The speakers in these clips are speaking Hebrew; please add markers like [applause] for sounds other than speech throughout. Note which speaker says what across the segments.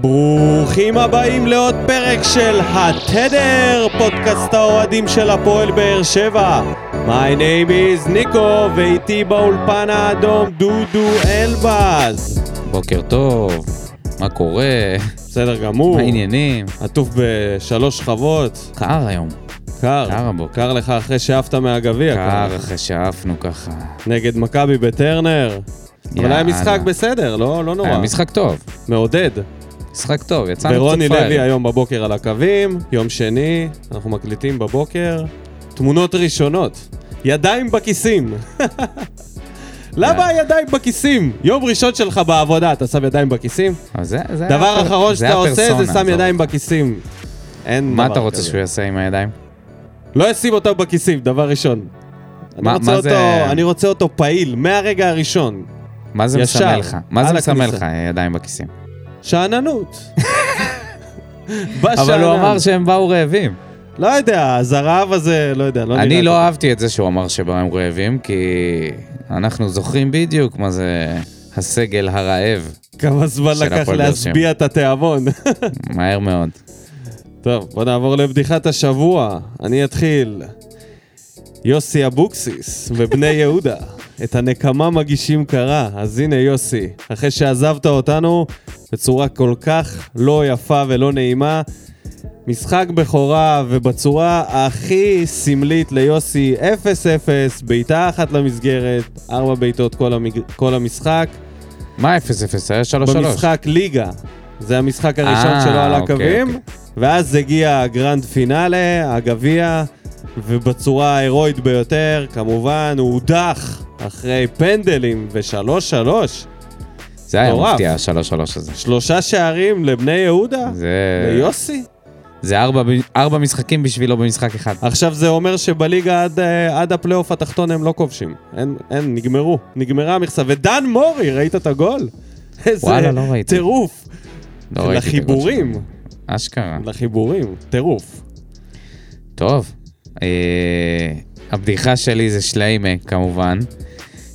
Speaker 1: ברוכים הבאים לעוד פרק של התדר, פודקאסט האוהדים של הפועל באר שבע. My name is ניקו, ואיתי באולפן האדום דודו אלבז.
Speaker 2: בוקר טוב, מה קורה,
Speaker 1: בסדר גמור.
Speaker 2: מה העניינים?
Speaker 1: עטוף בשלוש שכבות,
Speaker 2: קר היום,
Speaker 1: קר.
Speaker 2: קר הבוקר.
Speaker 1: קר לך אחרי שאפת מהגביע.
Speaker 2: קר אחרי שאפנו ככה.
Speaker 1: נגד מכבי בטרנר. אבל היה
Speaker 2: יאללה.
Speaker 1: משחק בסדר, לא לא נורא.
Speaker 2: היה אה, משחק טוב,
Speaker 1: מעודד.
Speaker 2: משחק טוב, יצאנו קצת
Speaker 1: ורוני לוי
Speaker 2: פראיירים.
Speaker 1: היום בבוקר על הקווים, יום שני, אנחנו מקליטים בבוקר. תמונות ראשונות, ידיים בכיסים. [laughs] למה הידיים בכיסים? יום ראשון שלך בעבודה, אתה שם ידיים בכיסים?
Speaker 2: אבל זה- אה, זה
Speaker 1: דבר
Speaker 2: הפר-
Speaker 1: אחרון שאתה עושה
Speaker 2: הפרסונה
Speaker 1: זה שם
Speaker 2: הזאת.
Speaker 1: ידיים בכיסים. אין דבר
Speaker 2: מה אתה רוצה
Speaker 1: כזה.
Speaker 2: שהוא יעשה עם הידיים?
Speaker 1: לא ישים אותם בכיסים, דבר ראשון. אני
Speaker 2: מה-
Speaker 1: רוצה
Speaker 2: מה
Speaker 1: אותו-
Speaker 2: זה-
Speaker 1: אני רוצה אותו פעיל, מהרגע הראשון.
Speaker 2: מה זה
Speaker 1: ישר,
Speaker 2: מסמל לך? מה זה
Speaker 1: על
Speaker 2: מסמל
Speaker 1: הכניסה.
Speaker 2: לך, ידיים בכיסים? [laughs]
Speaker 1: שאננות.
Speaker 2: אבל הוא
Speaker 1: בשאנן.
Speaker 2: אמר שהם באו רעבים.
Speaker 1: לא יודע, אז הרעב הזה, לא יודע, לא נראה
Speaker 2: אני
Speaker 1: טוב.
Speaker 2: לא אהבתי את זה שהוא אמר שבאו הם רעבים, כי אנחנו זוכרים בדיוק מה זה הסגל הרעב,
Speaker 1: כמה זמן
Speaker 2: של
Speaker 1: לקח
Speaker 2: הפועל באר שבע.
Speaker 1: להשביע את התיאבון. [laughs]
Speaker 2: מהר מאוד.
Speaker 1: טוב, בוא נעבור לבדיחת השבוע. אני אתחיל. יוסי אבוקסיס ובני [laughs] יהודה. את הנקמה מגישים קרה, אז הנה יוסי, אחרי שעזבת אותנו בצורה כל כך לא יפה ולא נעימה, משחק בכורה ובצורה הכי סמלית ליוסי, 0-0, בעיטה אחת למסגרת, ארבע בעיטות כל, המג... כל המשחק.
Speaker 2: מה 0-0? היה 3-3.
Speaker 1: במשחק ליגה. זה המשחק הראשון
Speaker 2: אה,
Speaker 1: שלו על
Speaker 2: אוקיי,
Speaker 1: הקווים,
Speaker 2: אוקיי.
Speaker 1: ואז הגיע הגרנד פינאלה, הגביע, ובצורה ההירואית ביותר, כמובן, הוא הודח אחרי פנדלים ושלוש שלוש.
Speaker 2: זה היה
Speaker 1: מטורף.
Speaker 2: מפתיע, ה-3-3 הזה.
Speaker 1: שלושה שערים לבני יהודה,
Speaker 2: זה...
Speaker 1: ליוסי.
Speaker 2: זה ארבע, ב- ארבע משחקים בשבילו במשחק אחד.
Speaker 1: עכשיו זה אומר שבליגה עד, אה, עד הפלייאוף התחתון הם לא כובשים. אין, אין, נגמרו. נגמרה המכסה. ודן מורי, ראית את הגול? איזה
Speaker 2: וואלה, לא ראיתי.
Speaker 1: טירוף.
Speaker 2: לא ראיתי את הגול
Speaker 1: לחיבורים.
Speaker 2: שלו. אשכרה.
Speaker 1: לחיבורים, טירוף.
Speaker 2: טוב. אה, הבדיחה שלי זה שליימה, כמובן,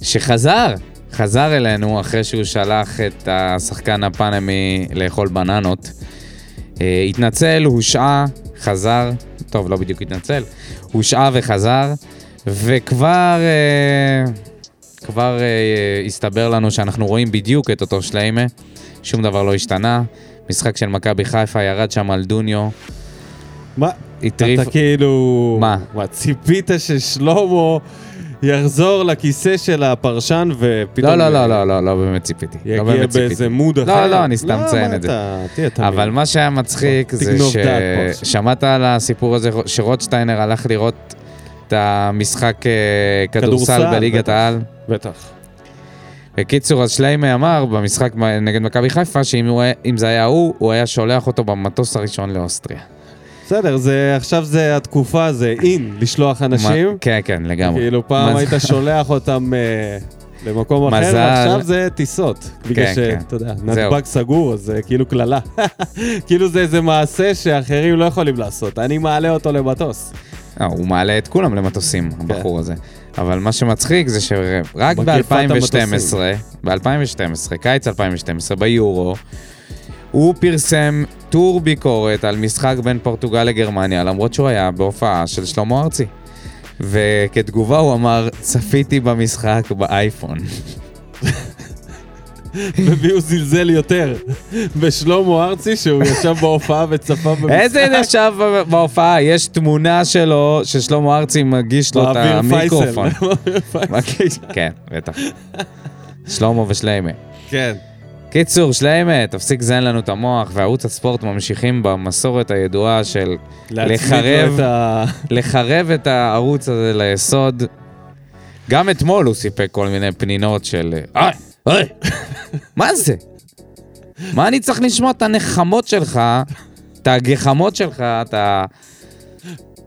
Speaker 2: שחזר, חזר אלינו אחרי שהוא שלח את השחקן הפנמי לאכול בננות. אה, התנצל, הושעה, חזר, טוב, לא בדיוק התנצל, הושעה וחזר, וכבר אה, כבר אה, הסתבר לנו שאנחנו רואים בדיוק את אותו שליימה, שום דבר לא השתנה. משחק של מכבי חיפה ירד שם על דוניו,
Speaker 1: מה?
Speaker 2: הטריף...
Speaker 1: אתה כאילו...
Speaker 2: מה?
Speaker 1: מה, ציפית ששלמה יחזור לכיסא של הפרשן ופתאום...
Speaker 2: לא, לא, לא, לא, לא, לא באמת ציפיתי. לא
Speaker 1: יגיע
Speaker 2: באמת ציפיתי.
Speaker 1: באיזה מוד אחר.
Speaker 2: לא, אני סתם מציין את זה.
Speaker 1: למה אתה... תהיה תמיד.
Speaker 2: אבל מה שהיה מצחיק
Speaker 1: בוא,
Speaker 2: זה
Speaker 1: תגנוב דעת פה עכשיו.
Speaker 2: ששמעת על הסיפור הזה שרוטשטיינר הלך לראות את המשחק אה,
Speaker 1: כדורסל,
Speaker 2: כדורסל בליגת
Speaker 1: בטח.
Speaker 2: העל.
Speaker 1: בטח.
Speaker 2: בקיצור, אז שליימה אמר במשחק נגד מכבי חיפה שאם הוא היה- אם זה היה הוא, הוא היה שולח אותו במטוס הראשון לאוסטריה.
Speaker 1: בסדר, זה... עכשיו זה התקופה, זה אין, לשלוח
Speaker 2: מה-
Speaker 1: אנשים.
Speaker 2: כן, כן, לגמרי.
Speaker 1: כאילו פעם
Speaker 2: מז-
Speaker 1: היית שולח אותם אה, למקום אחר,
Speaker 2: מזל.
Speaker 1: ועכשיו זה טיסות. בגלל
Speaker 2: כן, כן.
Speaker 1: שאתה יודע,
Speaker 2: זהו.
Speaker 1: נתב"ג סגור, אז זה כאילו קללה. [laughs] כאילו זה איזה מעשה שאחרים לא יכולים לעשות. אני מעלה אותו למטוס.
Speaker 2: אה, הוא מעלה את כולם למטוסים, הבחור הזה. אבל מה שמצחיק זה שרק ב-2012, ב-2012, קיץ 2012, ביורו, הוא פרסם טור ביקורת על משחק בין פורטוגל לגרמניה, למרות שהוא היה בהופעה של שלמה ארצי. וכתגובה הוא אמר, צפיתי במשחק באייפון.
Speaker 1: במי הוא זלזל יותר? בשלמה ארצי, שהוא ישב בהופעה וצפה במשחק.
Speaker 2: איזה ישב בהופעה, יש תמונה שלו, ששלמה ארצי מגיש לו את
Speaker 1: מעביר
Speaker 2: המיקרופון. [laughs]
Speaker 1: פייסל. מעביר פייסל.
Speaker 2: מגיש- כן, בטח. שלמה ושליימה.
Speaker 1: כן.
Speaker 2: קיצור, שליימה, תפסיק לזיין לנו את המוח, וערוץ הספורט ממשיכים במסורת הידועה של
Speaker 1: להצמיד לו
Speaker 2: לחרב.
Speaker 1: את ה...
Speaker 2: לחרב את הערוץ הזה ליסוד. גם אתמול הוא סיפק כל מיני פנינות של... אה, אה, מה זה? מה אני צריך לשמוע את הנחמות שלך, את הגחמות שלך, את ה... את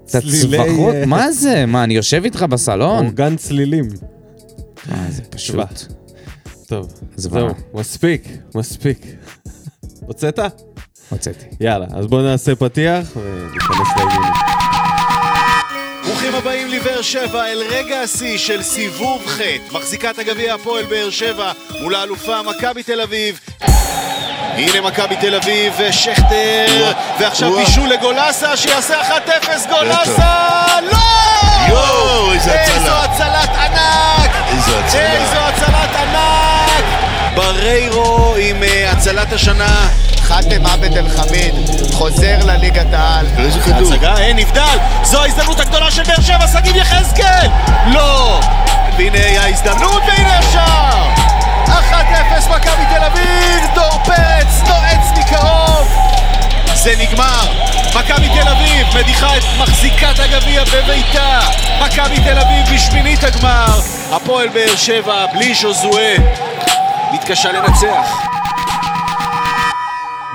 Speaker 1: צלילי, אוקיי,
Speaker 2: הצווחות?
Speaker 1: אה,
Speaker 2: מה זה? מה, אני יושב איתך בסלון?
Speaker 1: אורגן צלילים.
Speaker 2: אה, זה פשוט.
Speaker 1: תשמע. טוב,
Speaker 2: זוועה.
Speaker 1: זהו, מספיק, מספיק. [laughs] הוצאת?
Speaker 2: הוצאתי.
Speaker 1: יאללה, אז בואו נעשה פתיח וניכנס לעניינים.
Speaker 3: ברוכים הבאים לבאר שבע אל רגע השיא של סיבוב ח' מחזיקת הגביע הפועל באר שבע מול האלופה מכבי תל אביב הנה מכבי תל אביב, שכטר, ועכשיו
Speaker 4: וואו.
Speaker 3: בישול לגולסה, שיעשה 1-0 גולסה! לא!
Speaker 4: יואו, איזה
Speaker 3: איזו
Speaker 4: הצלה.
Speaker 3: הצלת ענק!
Speaker 4: איזו
Speaker 3: איזו
Speaker 4: הצלה.
Speaker 3: הצלת ענק! בריירו עם אה, הצלת השנה.
Speaker 5: חאתם עבד אל חמיד חוזר לליגת העל.
Speaker 4: איזה כדור.
Speaker 3: הצגה, אין אה, נבדל! זו ההזדמנות הגדולה של באר שבע, שגיב יחזקאל! לא! והנה ההזדמנות, והנה השער! 1-0 מכבי תל אביב! דור פרץ נועץ מקרוב! זה נגמר! מכבי תל אביב מדיחה את מחזיקת הגביע בביתה! מכבי תל אביב בשמינית הגמר! הפועל באר שבע, בלי ז'וזואה, מתקשה לנצח.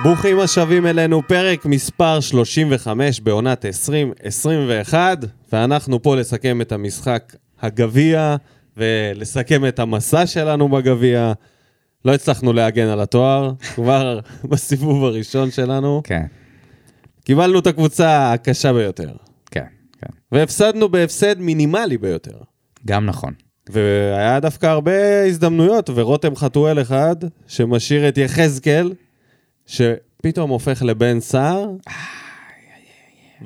Speaker 1: ברוכים השבים אלינו, פרק מספר 35 בעונת 2021, ואנחנו פה לסכם את המשחק הגביע, ולסכם את המסע שלנו בגביע. לא הצלחנו להגן על התואר, [laughs] כבר בסיבוב הראשון שלנו.
Speaker 2: כן,
Speaker 1: קיבלנו את הקבוצה הקשה ביותר,
Speaker 2: כן, כן.
Speaker 1: והפסדנו בהפסד מינימלי ביותר.
Speaker 2: גם נכון.
Speaker 1: והיה דווקא הרבה הזדמנויות, ורותם חתואל אחד, שמשאיר את יחזקאל, שפתאום הופך לבן סער,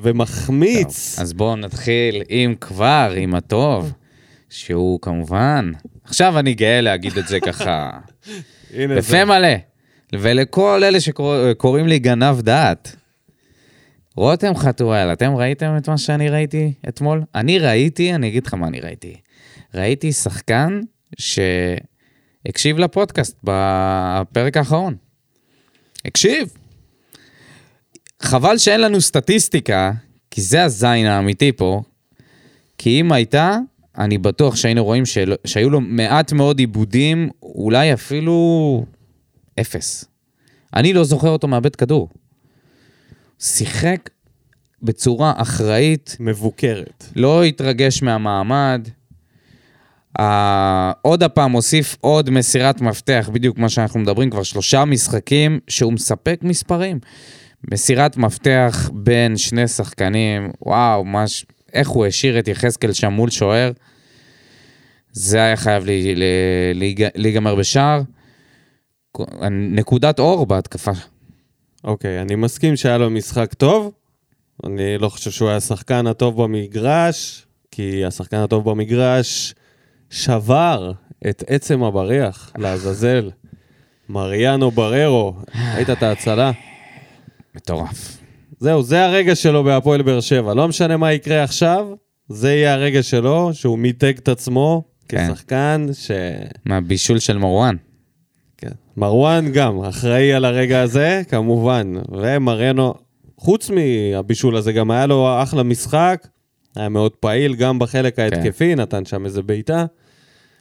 Speaker 1: ומחמיץ.
Speaker 2: אז בואו נתחיל, אם כבר, עם הטוב, שהוא כמובן... עכשיו אני גאה להגיד את זה ככה,
Speaker 1: הנה זה.
Speaker 2: בפה מלא. ולכל אלה שקוראים לי גנב דעת, רותם חתואל, אתם ראיתם את מה שאני ראיתי אתמול? אני ראיתי, אני אגיד לך מה אני ראיתי. ראיתי שחקן שהקשיב לפודקאסט בפרק האחרון. הקשיב. חבל שאין לנו סטטיסטיקה, כי זה הזין האמיתי פה, כי אם הייתה, אני בטוח שהיינו רואים של... שהיו לו מעט מאוד עיבודים, אולי אפילו אפס. אני לא זוכר אותו מאבד כדור. שיחק בצורה אחראית,
Speaker 1: מבוקרת.
Speaker 2: לא התרגש מהמעמד. אה, עוד הפעם הוסיף עוד מסירת מפתח, בדיוק מה שאנחנו מדברים, כבר שלושה משחקים שהוא מספק מספרים. מסירת מפתח בין שני שחקנים, וואו, מש... איך הוא השאיר את יחזקאל שם מול שוער. זה היה חייב לי- ל- להיג- להיגמר בשער. נקודת אור בהתקפה.
Speaker 1: אוקיי, אני מסכים שהיה לו משחק טוב. אני לא חושב שהוא היה השחקן הטוב במגרש, כי השחקן הטוב במגרש שבר את עצם הבריח, לעזאזל. מריאנו בררו, ראית את ההצלה?
Speaker 2: מטורף.
Speaker 1: זהו, זה הרגע שלו בהפועל באר שבע. לא משנה מה יקרה עכשיו, זה יהיה הרגע שלו, שהוא מיתג את עצמו
Speaker 2: כן.
Speaker 1: כשחקן, ש...
Speaker 2: מהבישול של מרואן.
Speaker 1: כן. מרואן גם אחראי על הרגע הזה, כמובן. ומריאנו, חוץ מהבישול הזה, גם היה לו אחלה משחק, היה מאוד פעיל גם
Speaker 2: כן.
Speaker 1: בחלק ההתקפי, נתן שם איזה בעיטה.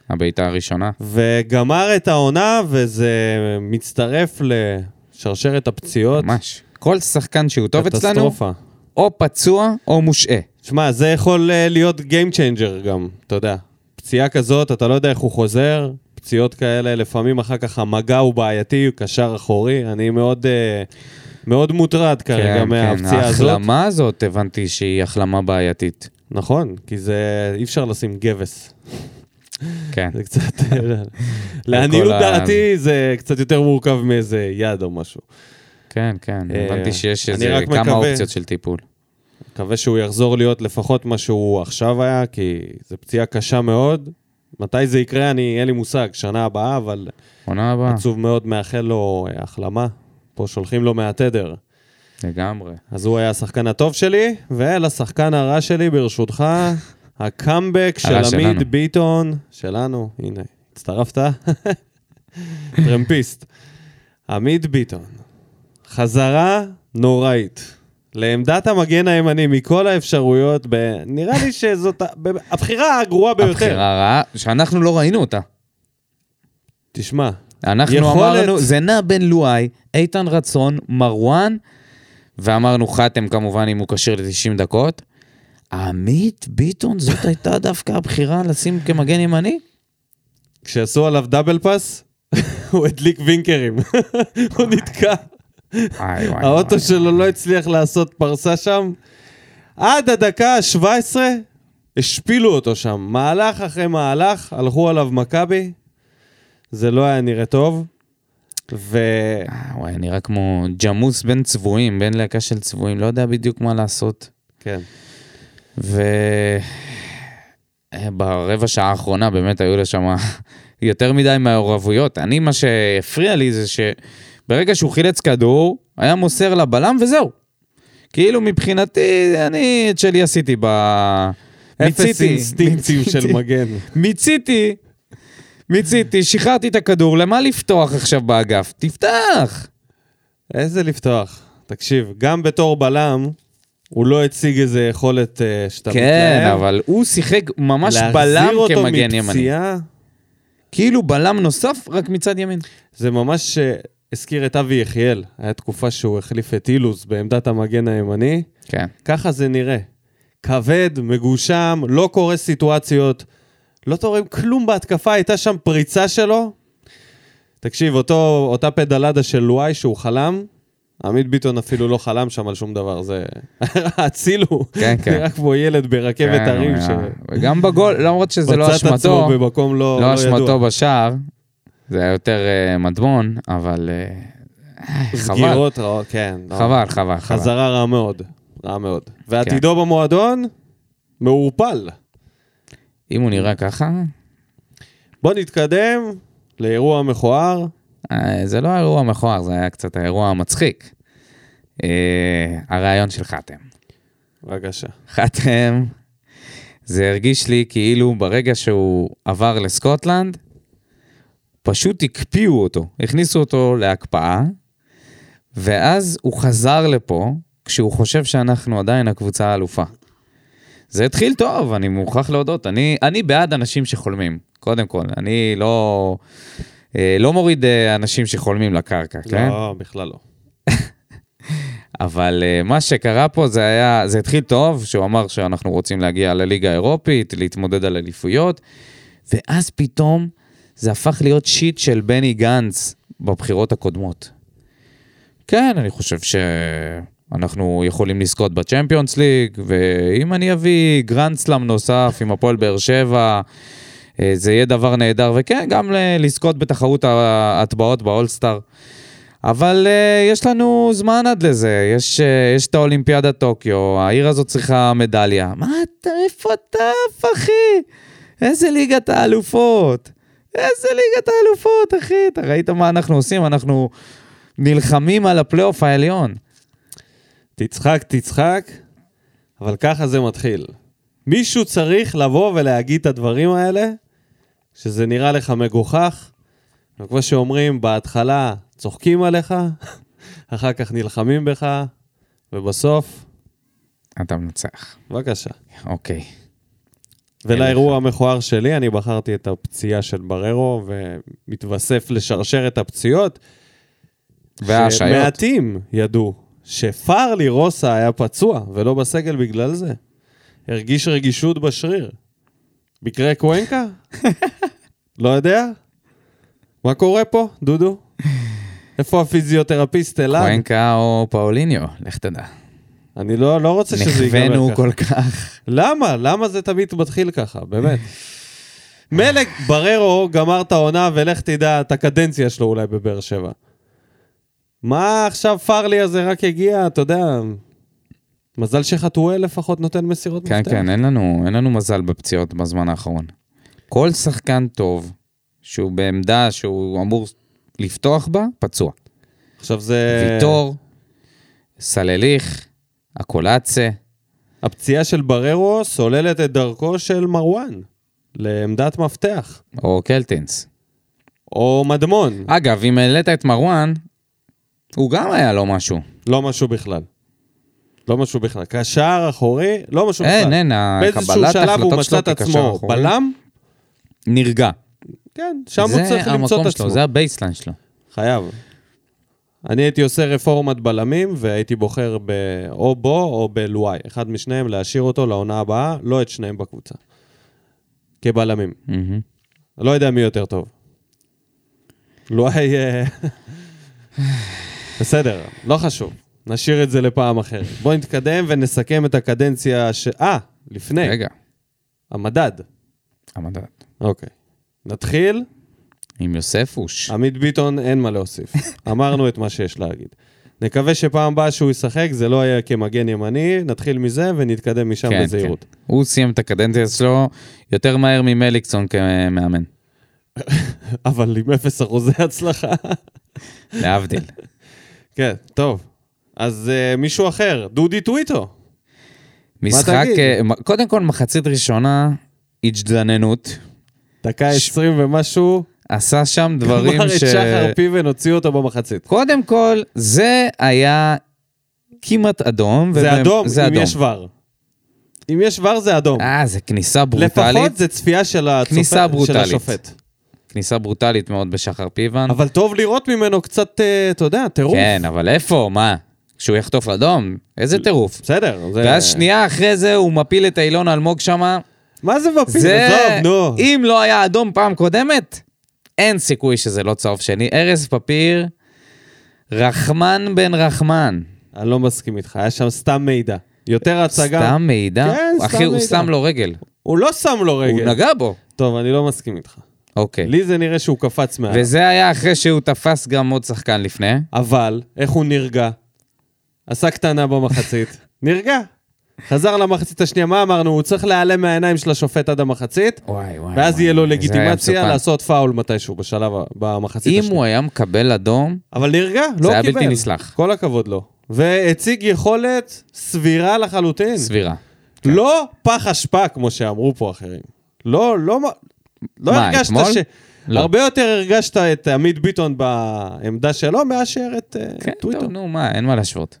Speaker 2: הבעיטה הראשונה.
Speaker 1: וגמר את העונה, וזה מצטרף לשרשרת הפציעות.
Speaker 2: ממש. כל שחקן שהוא טוב אצלנו,
Speaker 1: קטסטרופה.
Speaker 2: או פצוע או מושעה.
Speaker 1: שמע, זה יכול אה, להיות Game Changer גם, אתה יודע. פציעה כזאת, אתה לא יודע איך הוא חוזר, פציעות כאלה, לפעמים אחר כך המגע הוא בעייתי, הוא קשר אחורי, אני מאוד, אה, מאוד מוטרד כרגע
Speaker 2: כן,
Speaker 1: מהפציעה הזאת.
Speaker 2: ההחלמה הזאת, הבנתי שהיא החלמה בעייתית.
Speaker 1: נכון, כי זה, אי אפשר לשים גבס.
Speaker 2: כן.
Speaker 1: זה קצת, לעניות
Speaker 2: ה-
Speaker 1: דעתי, זה קצת יותר מורכב מאיזה יד או משהו.
Speaker 2: כן, כן,
Speaker 1: אה,
Speaker 2: הבנתי שיש
Speaker 1: אני
Speaker 2: איזה
Speaker 1: רק
Speaker 2: כמה
Speaker 1: מקווה.
Speaker 2: אופציות של טיפול.
Speaker 1: מקווה שהוא יחזור להיות לפחות מה שהוא עכשיו היה, כי זו פציעה קשה מאוד. מתי זה יקרה, אני, אין לי מושג, שנה הבאה, אבל
Speaker 2: עונה הבאה,
Speaker 1: עצוב מאוד, מאחל לו אה, החלמה. פה שולחים לו מהתדר.
Speaker 2: לגמרי.
Speaker 1: אז הוא היה השחקן הטוב שלי, ולשחקן הרע שלי,
Speaker 2: [laughs]
Speaker 1: ברשותך, הקאמבק של
Speaker 2: הרע
Speaker 1: עמית
Speaker 2: שלנו.
Speaker 1: ביטון, שלנו, הנה, הצטרפת? [laughs] טרמפיסט. עמית ביטון, חזרה נוראית. לעמדת המגן הימני מכל האפשרויות, ב... נראה לי שזאת ה- ב- הבחירה הגרועה ביותר.
Speaker 2: הבחירה רעה, שאנחנו לא ראינו אותה.
Speaker 1: תשמע,
Speaker 2: אנחנו
Speaker 1: יכולת-
Speaker 2: אמרנו, זה נע בין לואי, איתן רצון, מרואן, ואמרנו חתם כמובן אם הוא כשיר ל-90 דקות. עמית ביטון, זאת הייתה דווקא הבחירה לשים כמגן
Speaker 1: [laughs]
Speaker 2: ימני?
Speaker 1: כשעשו עליו דאבל פאס, [laughs] הוא הדליק וינקרים. [laughs] הוא נתקע.
Speaker 2: וואי, וואי,
Speaker 1: האוטו
Speaker 2: וואי.
Speaker 1: שלו לא הצליח לעשות פרסה שם. עד הדקה ה-17 השפילו אותו שם. מהלך אחרי מהלך, הלכו עליו מכבי. זה לא היה נראה טוב. ו...
Speaker 2: אה, הוא היה נראה כמו ג'מוס בין צבועים, בין להקה של צבועים, לא יודע בדיוק מה לעשות.
Speaker 1: כן.
Speaker 2: ו... אה, ברבע שעה האחרונה באמת היו לה שם [laughs] יותר מדי מעורבויות. אני, מה שהפריע לי זה שברגע שהוא חילץ כדור, היה מוסר לבלם וזהו. כאילו מבחינתי, אני את שלי עשיתי ב...
Speaker 1: אפס
Speaker 2: מיציתי,
Speaker 1: אינסטינקטים
Speaker 2: מיציתי.
Speaker 1: של מגן.
Speaker 2: מיציתי, מיציתי, שחררתי את הכדור, למה לפתוח עכשיו באגף? תפתח!
Speaker 1: איזה לפתוח. תקשיב, גם בתור בלם, הוא לא הציג איזה יכולת אה, שאתה
Speaker 2: כן, אבל הוא שיחק ממש בלם כמגן
Speaker 1: להחזיר אותו
Speaker 2: ימני.
Speaker 1: מפציעה,
Speaker 2: כאילו בלם נוסף, רק מצד ימין.
Speaker 1: זה ממש אה, הזכיר את אבי יחיאל. היה תקופה שהוא החליף את אילוז בעמדת המגן הימני.
Speaker 2: כן.
Speaker 1: ככה זה נראה. כבד, מגושם, לא קורא סיטואציות, לא תורם כלום בהתקפה, הייתה שם פריצה שלו. תקשיב, אותו, אותה פדלדה של לואי שהוא חלם, עמית ביטון אפילו לא חלם שם על שום דבר, זה... [laughs] הצילו.
Speaker 2: כן, כן.
Speaker 1: נראה [laughs] כמו ילד ברכבת
Speaker 2: כן,
Speaker 1: הרים
Speaker 2: הוא
Speaker 1: ש...
Speaker 2: היה- וגם בגול, למרות שזה לא
Speaker 1: מצא את עצמו
Speaker 2: אשמתו,
Speaker 1: במקום לא,
Speaker 2: לא
Speaker 1: ידוע.
Speaker 2: אשמתו בשער, זה היה יותר אה, מדמון, אבל אה, אה, חבל,
Speaker 1: סגירות רעות, כן. לא.
Speaker 2: חבל, חבל, חבל.
Speaker 1: חזרה רע מאוד, רע מאוד. ועתידו במועדון, מעורפל.
Speaker 2: אם הוא נראה ככה,
Speaker 1: בוא נתקדם לאירוע מכוער.
Speaker 2: אה, זה לא האירוע המכוער, זה היה קצת האירוע המצחיק. אה, הרעיון של חתם.
Speaker 1: בבקשה.
Speaker 2: חתם, זה הרגיש לי כאילו ברגע שהוא עבר לסקוטלנד, פשוט הקפיאו אותו, הכניסו אותו להקפאה, ואז הוא חזר לפה כשהוא חושב שאנחנו עדיין הקבוצה האלופה. זה התחיל טוב, אני מוכרח להודות. אני, אני בעד אנשים שחולמים, קודם כל. אני לא, אה, לא מוריד אה, אנשים שחולמים לקרקע, כן?
Speaker 1: לא, בכלל לא.
Speaker 2: אבל אה, מה שקרה פה זה היה, זה התחיל טוב, שהוא אמר שאנחנו רוצים להגיע לליגה האירופית, להתמודד על אליפויות, ואז פתאום זה הפך להיות שיט של בני גנץ בבחירות הקודמות. כן, אני חושב שאנחנו יכולים לזכות בצ'מפיונס ליג, ואם אני אביא גרנד סלאם נוסף עם הפועל באר שבע, אה, זה יהיה דבר נהדר, וכן, גם ל- לזכות בתחרות ההטבעות באולסטאר. אבל uh, יש לנו זמן עד לזה, יש, uh, יש את האולימפיאדה טוקיו, העיר הזאת צריכה מדליה. מה אתה, איפה אתה, אחי? איזה ליגת האלופות? איזה ליגת האלופות, אחי? אתה ראית מה אנחנו עושים? אנחנו נלחמים על הפלייאוף העליון.
Speaker 1: תצחק, תצחק, אבל ככה זה מתחיל. מישהו צריך לבוא ולהגיד את הדברים האלה, שזה נראה לך מגוחך, וכמו שאומרים, בהתחלה צוחקים עליך, [laughs] אחר כך נלחמים בך, ובסוף,
Speaker 2: אתה מנצח.
Speaker 1: בבקשה.
Speaker 2: אוקיי.
Speaker 1: ולאירוע המכוער שלי, אני בחרתי את הפציעה של בררו, ומתווסף לשרשרת הפציעות,
Speaker 2: וההשעיות.
Speaker 1: שמעטים ידעו שפארלי רוסה היה פצוע ולא בסגל בגלל זה. הרגיש רגישות בשריר. מקרה קוונקה? לא יודע? מה קורה פה, דודו? איפה הפיזיותרפיסט אלעד?
Speaker 2: קוונקה או פאוליניו, לך תדע.
Speaker 1: אני לא, לא רוצה שזה ייגמר
Speaker 2: נכוונו
Speaker 1: ככה.
Speaker 2: כל כך.
Speaker 1: למה? למה זה תמיד מתחיל ככה? באמת. מלך בררו גמר את העונה, ולך תדע את הקדנציה שלו אולי בבאר שבע. מה עכשיו פארלי הזה רק הגיע, אתה יודע... מזל שחתואל לפחות נותן מסירות
Speaker 2: כן,
Speaker 1: מפתח.
Speaker 2: כן, אין לנו, אין לנו מזל בפציעות בזמן האחרון. כל שחקן טוב, שהוא בעמדה שהוא אמור לפתוח בה, פצוע.
Speaker 1: עכשיו זה...
Speaker 2: ויטור, סלליך, הקולאצה,
Speaker 1: הפציעה של בררו סוללת את דרכו של מרואן לעמדת מפתח,
Speaker 2: או קלטינס.
Speaker 1: או מדמון,
Speaker 2: אגב, אם העלית את מרואן, הוא גם היה לו משהו.
Speaker 1: לא משהו בכלל. לא משהו בכלל. קשר אחורי, לא משהו בכלל.
Speaker 2: אין, אין,
Speaker 1: באיזשהו
Speaker 2: הקבלת
Speaker 1: שלב הוא
Speaker 2: ההחלטות
Speaker 1: מצא
Speaker 2: שלו
Speaker 1: את
Speaker 2: כקשר
Speaker 1: עצמו
Speaker 2: אחורי.
Speaker 1: בלם,
Speaker 2: נרגע.
Speaker 1: כן, שם הוא צריך
Speaker 2: זה
Speaker 1: למצוא את
Speaker 2: המקום
Speaker 1: עצמו.
Speaker 2: שלו, זה הבייסליין שלו.
Speaker 1: חייב. אני הייתי עושה רפורמת בלמים, והייתי בוחר ב... או בו או בלואי. אחד משניהם, להשאיר אותו לעונה הבאה, לא את שניהם בקבוצה. כבלמים.
Speaker 2: מהמם.
Speaker 1: לא יודע מי יותר טוב. לואי... אה, [laughs] בסדר, לא חשוב. נשאיר את זה לפעם אחרת. בואו נתקדם ונסכם את הקדנציה ש... אה, לפני.
Speaker 2: רגע,
Speaker 1: המדד.
Speaker 2: המדד.
Speaker 1: אוקיי. נתחיל
Speaker 2: עם יוספוש.
Speaker 1: עמית ביטון, אין מה
Speaker 2: [laughs]
Speaker 1: להוסיף. אמרנו את מה שיש להגיד. נקווה שפעם הבאה שהוא ישחק, זה לא יהיה כמגן ימני, נתחיל מזה ונתקדם משם
Speaker 2: כן,
Speaker 1: בזהירות.
Speaker 2: כן. הוא סיים את הקדנציה שלו יותר מהר ממליקסון כמאמן,
Speaker 1: [laughs] אבל עם אפס אחוזי הצלחה. [laughs]
Speaker 2: להבדיל.
Speaker 1: כן, טוב. אז uh, מישהו אחר, דודי טוויטו.
Speaker 2: משחק,
Speaker 1: תגיד?
Speaker 2: אה, מ- קודם כל מחצית ראשונה, התג'דננות,
Speaker 1: דקה
Speaker 2: ש-
Speaker 1: 20 [laughs] ומשהו,
Speaker 2: עשה שם דברים
Speaker 1: אמר את
Speaker 2: ש...
Speaker 1: שחר פיבן, הוציאו אותו במחצית.
Speaker 2: קודם כל, זה היה כמעט אדום.
Speaker 1: זה
Speaker 2: ובאמת-
Speaker 1: אדום,
Speaker 2: זה
Speaker 1: אם
Speaker 2: אדום.
Speaker 1: יש ור. אם יש ור זה אדום.
Speaker 2: אה, זה כניסה ברוטלית.
Speaker 1: לפחות זה צפייה של
Speaker 2: כניסה
Speaker 1: הצופ- של
Speaker 2: ברוטלית.
Speaker 1: השופט.
Speaker 2: כניסה ברוטלית מאוד בשחר פיבן.
Speaker 1: אבל טוב לראות ממנו קצת, אה, אתה יודע, טירוף.
Speaker 2: כן, אבל איפה? מה? כשהוא יחטוף אדום? איזה טירוף.
Speaker 1: בסדר. זה-
Speaker 2: ואז שנייה אחרי זה הוא מפיל את אילון אלמוג שמה.
Speaker 1: מה זה מפיל? [laughs]
Speaker 2: זה...
Speaker 1: עזוב, נו.
Speaker 2: אם לא היה אדום פעם קודמת, אין סיכוי שזה לא צהוב שני. ארז פפיר, רחמן בן רחמן.
Speaker 1: אני לא מסכים איתך, היה שם סתם מידע. יותר הצגה.
Speaker 2: סתם מידע?
Speaker 1: כן, סתם
Speaker 2: אחי, הוא
Speaker 1: מידע.
Speaker 2: שם לו רגל.
Speaker 1: הוא לא שם לו
Speaker 2: הוא
Speaker 1: רגל.
Speaker 2: נגע בו.
Speaker 1: טוב, אני לא מסכים איתך.
Speaker 2: אוקיי.
Speaker 1: לי זה נראה שהוא קפץ מעל.
Speaker 2: וזה היה אחרי שהוא תפס גם עוד שחקן לפני.
Speaker 1: אבל, איך הוא נרגע? עשה קטנה
Speaker 2: [laughs]
Speaker 1: במחצית, נרגע. חזר למחצית השנייה, מה אמרנו? הוא צריך להיעלם מהעיניים של השופט עד המחצית,
Speaker 2: וואי, וואי.
Speaker 1: ואז
Speaker 2: וואי.
Speaker 1: יהיה לו
Speaker 2: זה היה
Speaker 1: לגיטימציה
Speaker 2: מסוכן.
Speaker 1: לעשות פאול מתישהו בשלב, ה- במחצית
Speaker 2: אם
Speaker 1: השנייה.
Speaker 2: הוא היה מקבל אדום,
Speaker 1: אבל נרגע, לא קיבל.
Speaker 2: היה בלתי נסלח.
Speaker 1: כל הכבוד לו. והציג יכולת סבירה לחלוטין.
Speaker 2: סבירה. כן.
Speaker 1: לא פח אשפה, כמו שאמרו פה אחרים. לא, לא... מ- לא
Speaker 2: מה,
Speaker 1: הרגשת
Speaker 2: אתמול?
Speaker 1: ש...
Speaker 2: לא.
Speaker 1: הרבה יותר הרגשת את עמית ביטון בעמדה שלו מאשר את אה,
Speaker 2: כן,
Speaker 1: טוויטר.
Speaker 2: טוב, נו, מה, אין מה להשוות.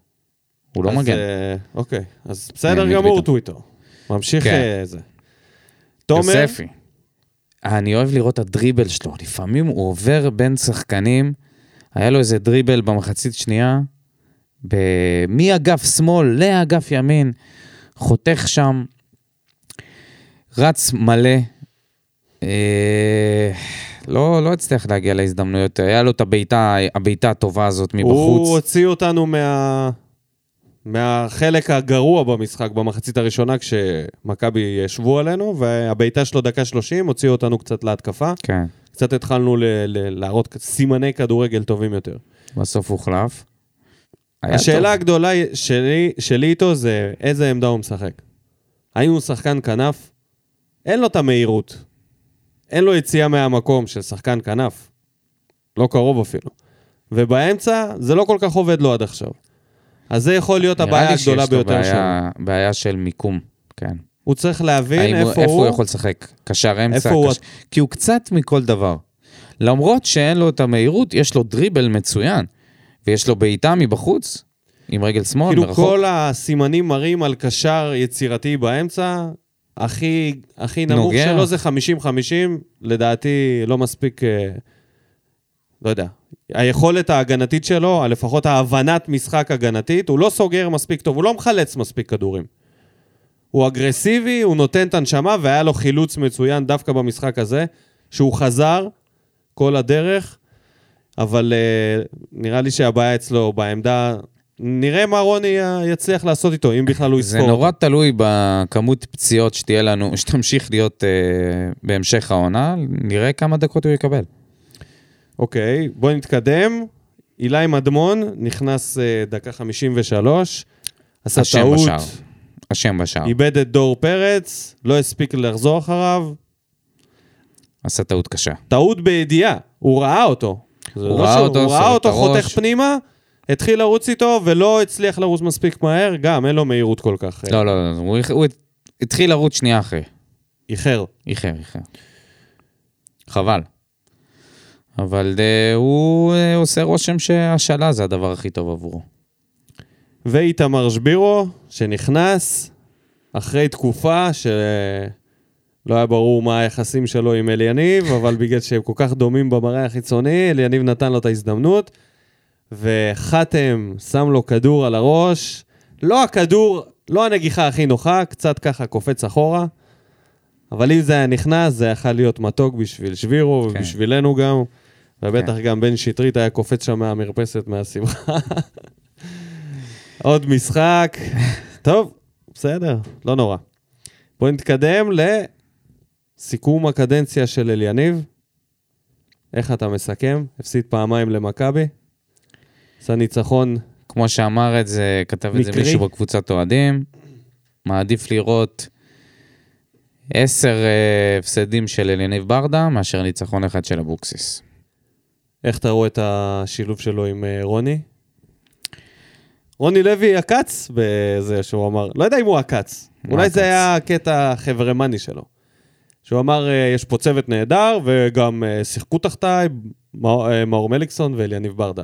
Speaker 2: הוא לא
Speaker 1: אז,
Speaker 2: מגן.
Speaker 1: אה, אוקיי, אז
Speaker 2: עמית
Speaker 1: בסדר גמור
Speaker 2: ביטון.
Speaker 1: טוויטר. ממשיך
Speaker 2: כן.
Speaker 1: אה, זה. תומר,
Speaker 2: יוספי. אני אוהב לראות את הדריבל שלו. לפעמים הוא עובר בין שחקנים, היה לו איזה דריבל במחצית שנייה, ב- מאגף שמאל לאגף ימין, חותך שם, רץ מלא. אה, לא, לא הצליח להגיע להזדמנויות, היה לו את הבעיטה, הבעיטה הטובה הזאת
Speaker 1: הוא
Speaker 2: מבחוץ.
Speaker 1: הוציא אותנו מה... מהחלק הגרוע במשחק במחצית הראשונה כשמכבי ישבו עלינו, והבעיטה שלו דקה 30 הוציאו אותנו קצת להתקפה.
Speaker 2: כן,
Speaker 1: קצת התחלנו ל- ל- להראות סימני כדורגל טובים יותר.
Speaker 2: בסוף הוחלף. היה
Speaker 1: השאלה
Speaker 2: טוב.
Speaker 1: הגדולה שלי, שלי איתו זה איזה עמדה הוא משחק. האם הוא שחקן כנף? אין לו את המהירות. אין לו יציאה מהמקום של שחקן כנף. לא קרוב אפילו. ובאמצע, זה לא כל כך עובד לו עד עכשיו. אז זה יכול להיות הבעיה הגדולה
Speaker 2: נראה
Speaker 1: ביותר
Speaker 2: לי שיש
Speaker 1: שלו.
Speaker 2: לו בעיה- בעיה של מיקום, כן.
Speaker 1: הוא צריך להבין
Speaker 2: האם הוא-
Speaker 1: איפה
Speaker 2: איפה הוא
Speaker 1: הוא...
Speaker 2: יכול לשחק? קשר אמצע?
Speaker 1: איפה הוא-
Speaker 2: קש- כי הוא קצת מכל דבר. למרות שאין לו את המהירות, יש לו דריבל מצוין. ויש לו בעיטה מבחוץ, עם רגל שמאל,
Speaker 1: כאילו
Speaker 2: מרחוק.
Speaker 1: כל הסימנים מראים על קשר יצירתי באמצע. הכי, הכי נמוך
Speaker 2: נוגח.
Speaker 1: שלו זה 50-50, לדעתי לא מספיק, אה, לא יודע. היכולת ההגנתית שלו, לפחות ההבנת משחק הגנתית, הוא לא סוגר מספיק טוב, הוא לא מחלץ מספיק כדורים. הוא אגרסיבי, הוא נותן את הנשמה, והיה לו חילוץ מצוין דווקא במשחק הזה, שהוא חזר כל הדרך, אבל אה, נראה לי שהבעיה אצלו בעמדה... נראה מה רוני י- יצליח לעשות איתו, אם בכלל הוא
Speaker 2: זה
Speaker 1: יספור.
Speaker 2: נורא תלוי בכמות פציעות שתהיה לנו, [laughs] שתמשיך להיות אה, בהמשך העונה, נראה כמה דקות הוא יקבל.
Speaker 1: אוקיי, בוא נתקדם. אילי מדמון נכנס אה, דקה 53, עשה
Speaker 2: השם
Speaker 1: טעות,
Speaker 2: בשער. השם בשער.
Speaker 1: איבד את דור פרץ, לא הספיק לחזור אחריו.
Speaker 2: עשה טעות קשה.
Speaker 1: טעות בידיעה, הוא ראה אותו. זה
Speaker 2: הוא
Speaker 1: לא
Speaker 2: ראה
Speaker 1: שהוא-
Speaker 2: אותו,
Speaker 1: הוא
Speaker 2: שם
Speaker 1: ראה
Speaker 2: את
Speaker 1: אותו
Speaker 2: הראש.
Speaker 1: חותך פנימה, התחיל לרוץ איתו ולא הצליח לרוץ מספיק מהר, גם אין לו מהירות כל כך. אה,
Speaker 2: לא, לא, לא, הוא איח- הוא התחיל לרוץ שנייה אחרי.
Speaker 1: איחר.
Speaker 2: איחר, איחר. חבל. אבל אה, הוא אה, עושה רושם שהשאלה זה הדבר הכי טוב עבורו.
Speaker 1: ואיתמר שבירו, שנכנס אחרי תקופה שלא היה ברור מה היחסים שלו עם אליניב, [laughs] אבל בגלל שהם כל כך דומים במראה החיצוני, אליניב נתן לו את ההזדמנות, וחתם שם לו כדור על הראש. לא הכדור, לא הנגיחה הכי נוחה, קצת ככה קופץ אחורה, אבל אם זה היה נכנס, זה יכול להיות מתוק בשביל שבירו
Speaker 2: כן.
Speaker 1: ובשבילנו גם. ובטח גם בן שטרית היה קופץ שם מהמרפסת מהשמחה. [laughs] עוד משחק. טוב, בסדר, לא נורא. בואו נתקדם לסיכום הקדנציה של אליניב. איך אתה מסכם? הפסיד פעמיים למכבי? עשה ניצחון,
Speaker 2: כמו שאמר את זה, כתב את זה
Speaker 1: מקרי.
Speaker 2: מישהו בקבוצת אוהדים, מעדיף לראות עשר אה, הפסדים של אליניב ברדה מאשר ניצחון אחד של אבוקסיס.
Speaker 1: איך אתה רואה את השילוב שלו עם אה, רוני? רוני לוי עקץ בזה שהוא אמר, לא יודע אם הוא עקץ,
Speaker 2: מה
Speaker 1: אולי זה
Speaker 2: עקץ?
Speaker 1: היה הקטע החברמני שלו. שהוא אמר, אה, יש פה צוות נהדר, וגם אה, שיחקו תחתיי מאור אה, מאור מליקסון ואליניב ברדה.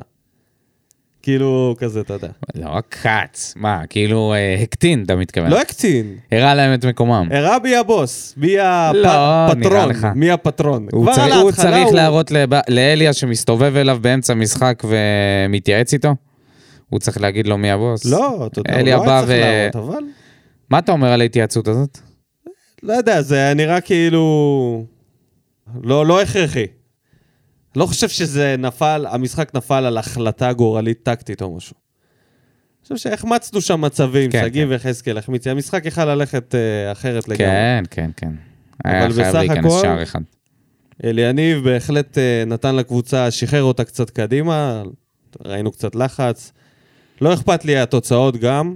Speaker 1: כאילו, כזה, אתה יודע.
Speaker 2: לא רק כץ, מה, כאילו אה, הקטין, אתה מתכוון.
Speaker 1: לא הקצין,
Speaker 2: הראה להם את מקומם.
Speaker 1: הראה בי הבוס, מי
Speaker 2: לא, נראה
Speaker 1: הפטרון,
Speaker 2: לך.
Speaker 1: מי הפטרון.
Speaker 2: הוא
Speaker 1: כבר
Speaker 2: צריך-
Speaker 1: על
Speaker 2: הוא
Speaker 1: ההתחלה
Speaker 2: צריך
Speaker 1: הוא-
Speaker 2: להראות לב- לאליה שמסתובב אליו באמצע משחק ומתייעץ איתו? הוא צריך להגיד לו מי הבוס?
Speaker 1: לא, אתה יודע, הוא
Speaker 2: אליה
Speaker 1: לא
Speaker 2: בא
Speaker 1: היה צריך
Speaker 2: ו-
Speaker 1: להראות, אבל...
Speaker 2: מה אתה אומר על ההתייעצות הזאת?
Speaker 1: לא יודע, זה היה נראה כאילו... לא, לא הכרחי. לא חושב שזה נפל, המשחק נפל על החלטה גורלית טקטית או משהו. אני חושב שהחמצנו שם מצבים,
Speaker 2: כן,
Speaker 1: שגיב יחזקאל החמיצי, המשחק יכל ללכת אה, אחרת לגמרי.
Speaker 2: כן, כן, כן. היה
Speaker 1: אבל
Speaker 2: חייב
Speaker 1: בסך
Speaker 2: להיכנס
Speaker 1: הכל-
Speaker 2: שער אחד.
Speaker 1: אליניב בהחלט אה, נתן לקבוצה, שחרר אותה קצת קדימה, ראינו קצת לחץ. לא אכפת לי התוצאות גם,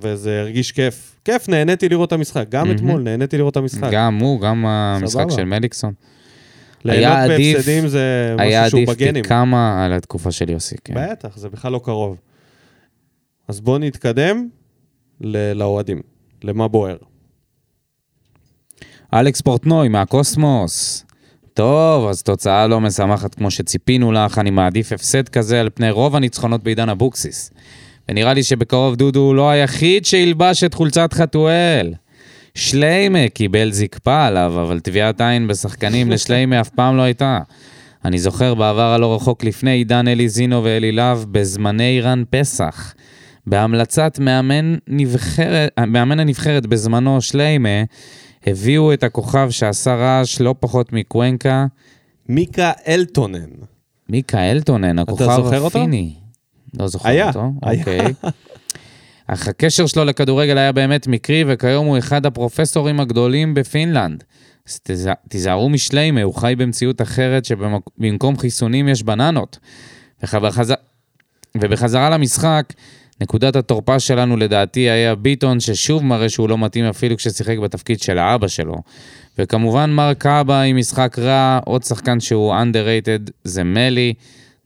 Speaker 1: וזה הרגיש כיף. כיף, נהניתי לראות את המשחק. גם
Speaker 2: מהמם.
Speaker 1: אתמול נהניתי לראות את המשחק.
Speaker 2: גם הוא, גם המשחק
Speaker 1: כן. סבבה.
Speaker 2: של מליקסון. היה
Speaker 1: ליהנות
Speaker 2: עדיף-
Speaker 1: בהפסדים זה
Speaker 2: היה
Speaker 1: משהו שהוא
Speaker 2: עדיף
Speaker 1: בגנים.
Speaker 2: פי כמה על התקופה של יוסי, כן.
Speaker 1: בטח, זה בכלל לא קרוב. אז בואו נתקדם ל- לאוהדים, למה בוער.
Speaker 2: אלכס פורטנוי מהקוסמוס. טוב, אז תוצאה לא משמחת כמו שציפינו לך, אני מעדיף הפסד כזה על פני רוב הניצחונות בעידן אבוקסיס. ונראה לי שבקרוב דודו הוא לא היחיד שילבש את חולצת חתואל. שליימה קיבל זקפה עליו, אבל טביעת עין בשחקנים לשליימה אף פעם לא הייתה. אני זוכר בעבר הלא רחוק לפני עידן אלי זינו ואלי להב, בזמני רן פסח. בהמלצת מאמן, נבחרת, מאמן הנבחרת בזמנו, שליימה, הביאו את הכוכב שעשה רעש לא פחות מקוונקה,
Speaker 1: מיקה אלטונן.
Speaker 2: מיקה אלטונן, הכוכב
Speaker 1: זוכר אותו?
Speaker 2: הפיני. לא זוכר
Speaker 1: היה,
Speaker 2: אותו,
Speaker 1: היה. [laughs]
Speaker 2: אוקיי. אך הקשר שלו לכדורגל היה באמת מקרי, וכיום הוא אחד הפרופסורים הגדולים בפינלנד. אז תז- תיזהרו משליימה, הוא חי במציאות אחרת שבמקום חיסונים יש בננות. ובחז... ובחזרה למשחק, נקודת התורפה שלנו לדעתי היה ביטון, ששוב מראה שהוא לא מתאים אפילו כששיחק בתפקיד של האבא שלו. וכמובן מר קאבה עם משחק רע, עוד שחקן שהוא underrated זה מלי.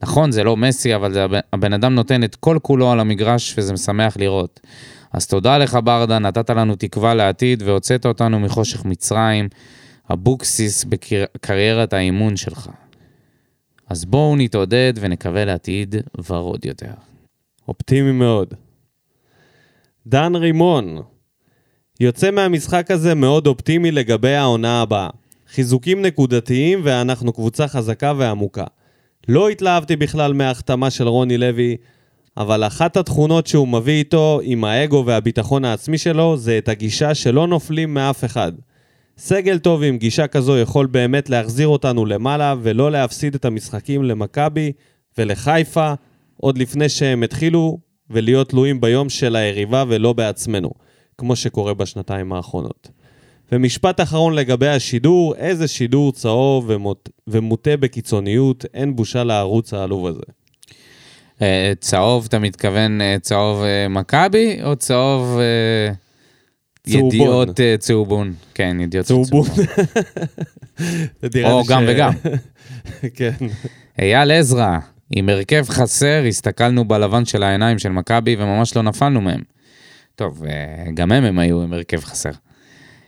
Speaker 2: נכון, זה לא מסי, אבל זה הבן, הבן אדם נותן את כל כולו על המגרש, וזה משמח לראות. אז תודה לך, ברדה, נתת לנו תקווה לעתיד, והוצאת אותנו מחושך מצרים, אבוקסיס בקריירת האימון שלך. אז בואו נתעודד ונקווה לעתיד ורוד יותר.
Speaker 1: אופטימי מאוד. דן רימון. יוצא מהמשחק הזה מאוד אופטימי לגבי העונה הבאה. חיזוקים נקודתיים ואנחנו קבוצה חזקה ועמוקה. לא התלהבתי בכלל מההחתמה של רוני לוי, אבל אחת התכונות שהוא מביא איתו עם האגו והביטחון העצמי שלו זה את הגישה שלא נופלים מאף אחד. סגל טוב עם גישה כזו יכול באמת להחזיר אותנו למעלה ולא להפסיד את המשחקים למכבי ולחיפה עוד לפני שהם התחילו ולהיות תלויים ביום של היריבה ולא בעצמנו, כמו שקורה בשנתיים האחרונות. ומשפט אחרון לגבי השידור, איזה שידור צהוב ומוט... ומוטה בקיצוניות, אין בושה לערוץ העלוב הזה.
Speaker 2: אה, צהוב, אתה מתכוון אה, צהוב אה, מכבי, או צהוב אה,
Speaker 1: צהובון.
Speaker 2: ידיעות אה, צהובון? כן, ידיעות
Speaker 1: צהובון. [laughs] זה נראה
Speaker 2: או
Speaker 1: לי
Speaker 2: גם וגם.
Speaker 1: [laughs] כן.
Speaker 2: אייל עזרא, עם הרכב חסר, הסתכלנו בלבן של העיניים של מכבי וממש לא נפלנו מהם. טוב, אה, גם הם הם היו עם הרכב חסר.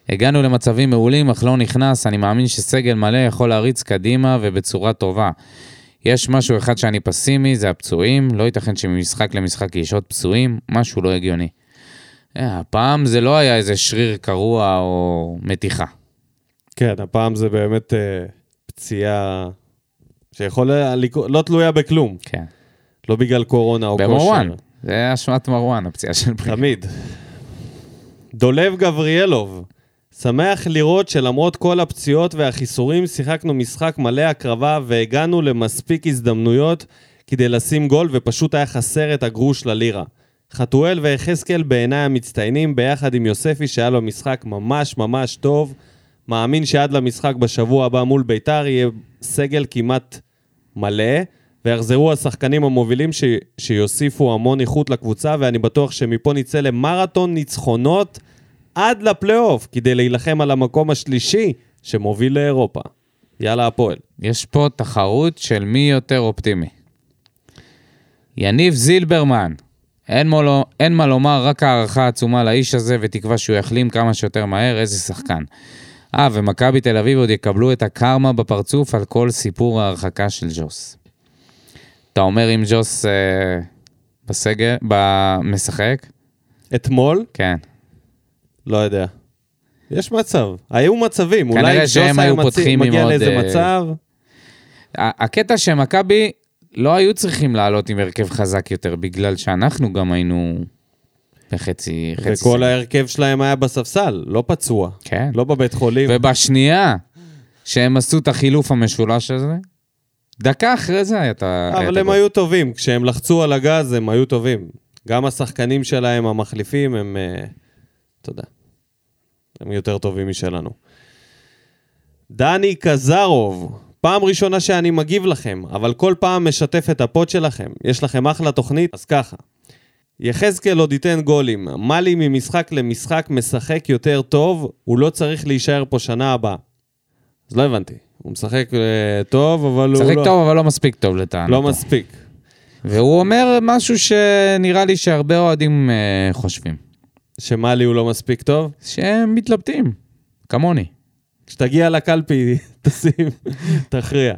Speaker 2: הגענו למצבים מעולים, אך לא נכנס, אני מאמין שסגל מלא יכול להריץ קדימה ובצורה טובה. יש משהו אחד שאני פסימי, זה הפצועים, לא ייתכן שממשחק למשחק יש עוד פצועים, משהו לא הגיוני. אה, הפעם זה לא היה איזה שריר קרוע או מתיחה.
Speaker 1: כן, הפעם זה באמת אה, פציעה שיכול לקרות, לא תלויה בכלום.
Speaker 2: כן.
Speaker 1: לא בגלל קורונה או כושר. כן.
Speaker 2: במרואן, זה אשמת מרואן, הפציעה של בני.
Speaker 1: תמיד. דולב גבריאלוב, שמח לראות שלמרות כל הפציעות והחיסורים, שיחקנו משחק מלא הקרבה והגענו למספיק הזדמנויות כדי לשים גול ופשוט היה חסר את הגרוש ללירה. חתואל ויחזקאל בעיניי המצטיינים ביחד עם יוספי שהיה לו משחק ממש ממש טוב. מאמין שעד למשחק בשבוע הבא מול ביתר יהיה סגל כמעט מלא, ויחזרו השחקנים המובילים ש... שיוסיפו המון איכות לקבוצה, ואני בטוח שמפה נצא למרתון ניצחונות עד לפלייאוף, כדי להילחם על המקום השלישי שמוביל לאירופה. יאללה, הפועל.
Speaker 2: יש פה תחרות של מי יותר אופטימי. יניב זילברמן, אין, מולו, אין מה לומר, רק הערכה עצומה לאיש הזה, ותקווה שהוא יחלים כמה שיותר מהר, איזה שחקן. אה, ומכבי תל אביב עוד יקבלו את הקרמה בפרצוף על כל סיפור ההרחקה של ג'וס. אתה אומר אם ג'וס אה, בסגל, ב- משחק?
Speaker 1: אתמול?
Speaker 2: כן.
Speaker 1: לא יודע. יש מצב. היו מצבים.
Speaker 2: כנראה
Speaker 1: אולי
Speaker 2: שהם
Speaker 1: ג'וס
Speaker 2: היו
Speaker 1: היה
Speaker 2: פותחים
Speaker 1: מצ...
Speaker 2: עם
Speaker 1: מגיע
Speaker 2: עוד,
Speaker 1: לאיזה
Speaker 2: אה,
Speaker 1: מצב.
Speaker 2: ה- הקטע שמכבי לא היו צריכים לעלות עם הרכב חזק יותר, בגלל שאנחנו גם היינו בחצי... חצי
Speaker 1: וכל
Speaker 2: סגל.
Speaker 1: ההרכב שלהם היה בספסל, לא פצוע.
Speaker 2: כן.
Speaker 1: לא בבית חולים.
Speaker 2: ובשנייה שהם עשו את החילוף המשולש הזה, דקה אחרי זה היה את ה... היה את
Speaker 1: אבל הם
Speaker 2: הגול.
Speaker 1: היו טובים, כשהם לחצו על הגז הם היו טובים. גם השחקנים שלהם, המחליפים, הם... אה, אתה יודע. הם יותר טובים משלנו. דני קזרוב, פעם ראשונה שאני מגיב לכם, אבל כל פעם משתף את הפוד שלכם. יש לכם אחלה תוכנית, אז ככה. יחזקאל עוד ייתן גולים. מאלי ממשחק למשחק משחק יותר טוב, הוא לא צריך להישאר פה שנה הבאה. אז לא הבנתי. הוא משחק אה, טוב, אבל הוא לא...
Speaker 2: משחק טוב, אבל לא מספיק טוב לטענתו.
Speaker 1: לא מספיק.
Speaker 2: והוא אומר משהו שנראה לי שהרבה אוהדים אה, חושבים.
Speaker 1: שמאלי הוא לא מספיק טוב?
Speaker 2: שהם מתלבטים, כמוני.
Speaker 1: כשתגיע לקלפי, [laughs] תשים, תכריע.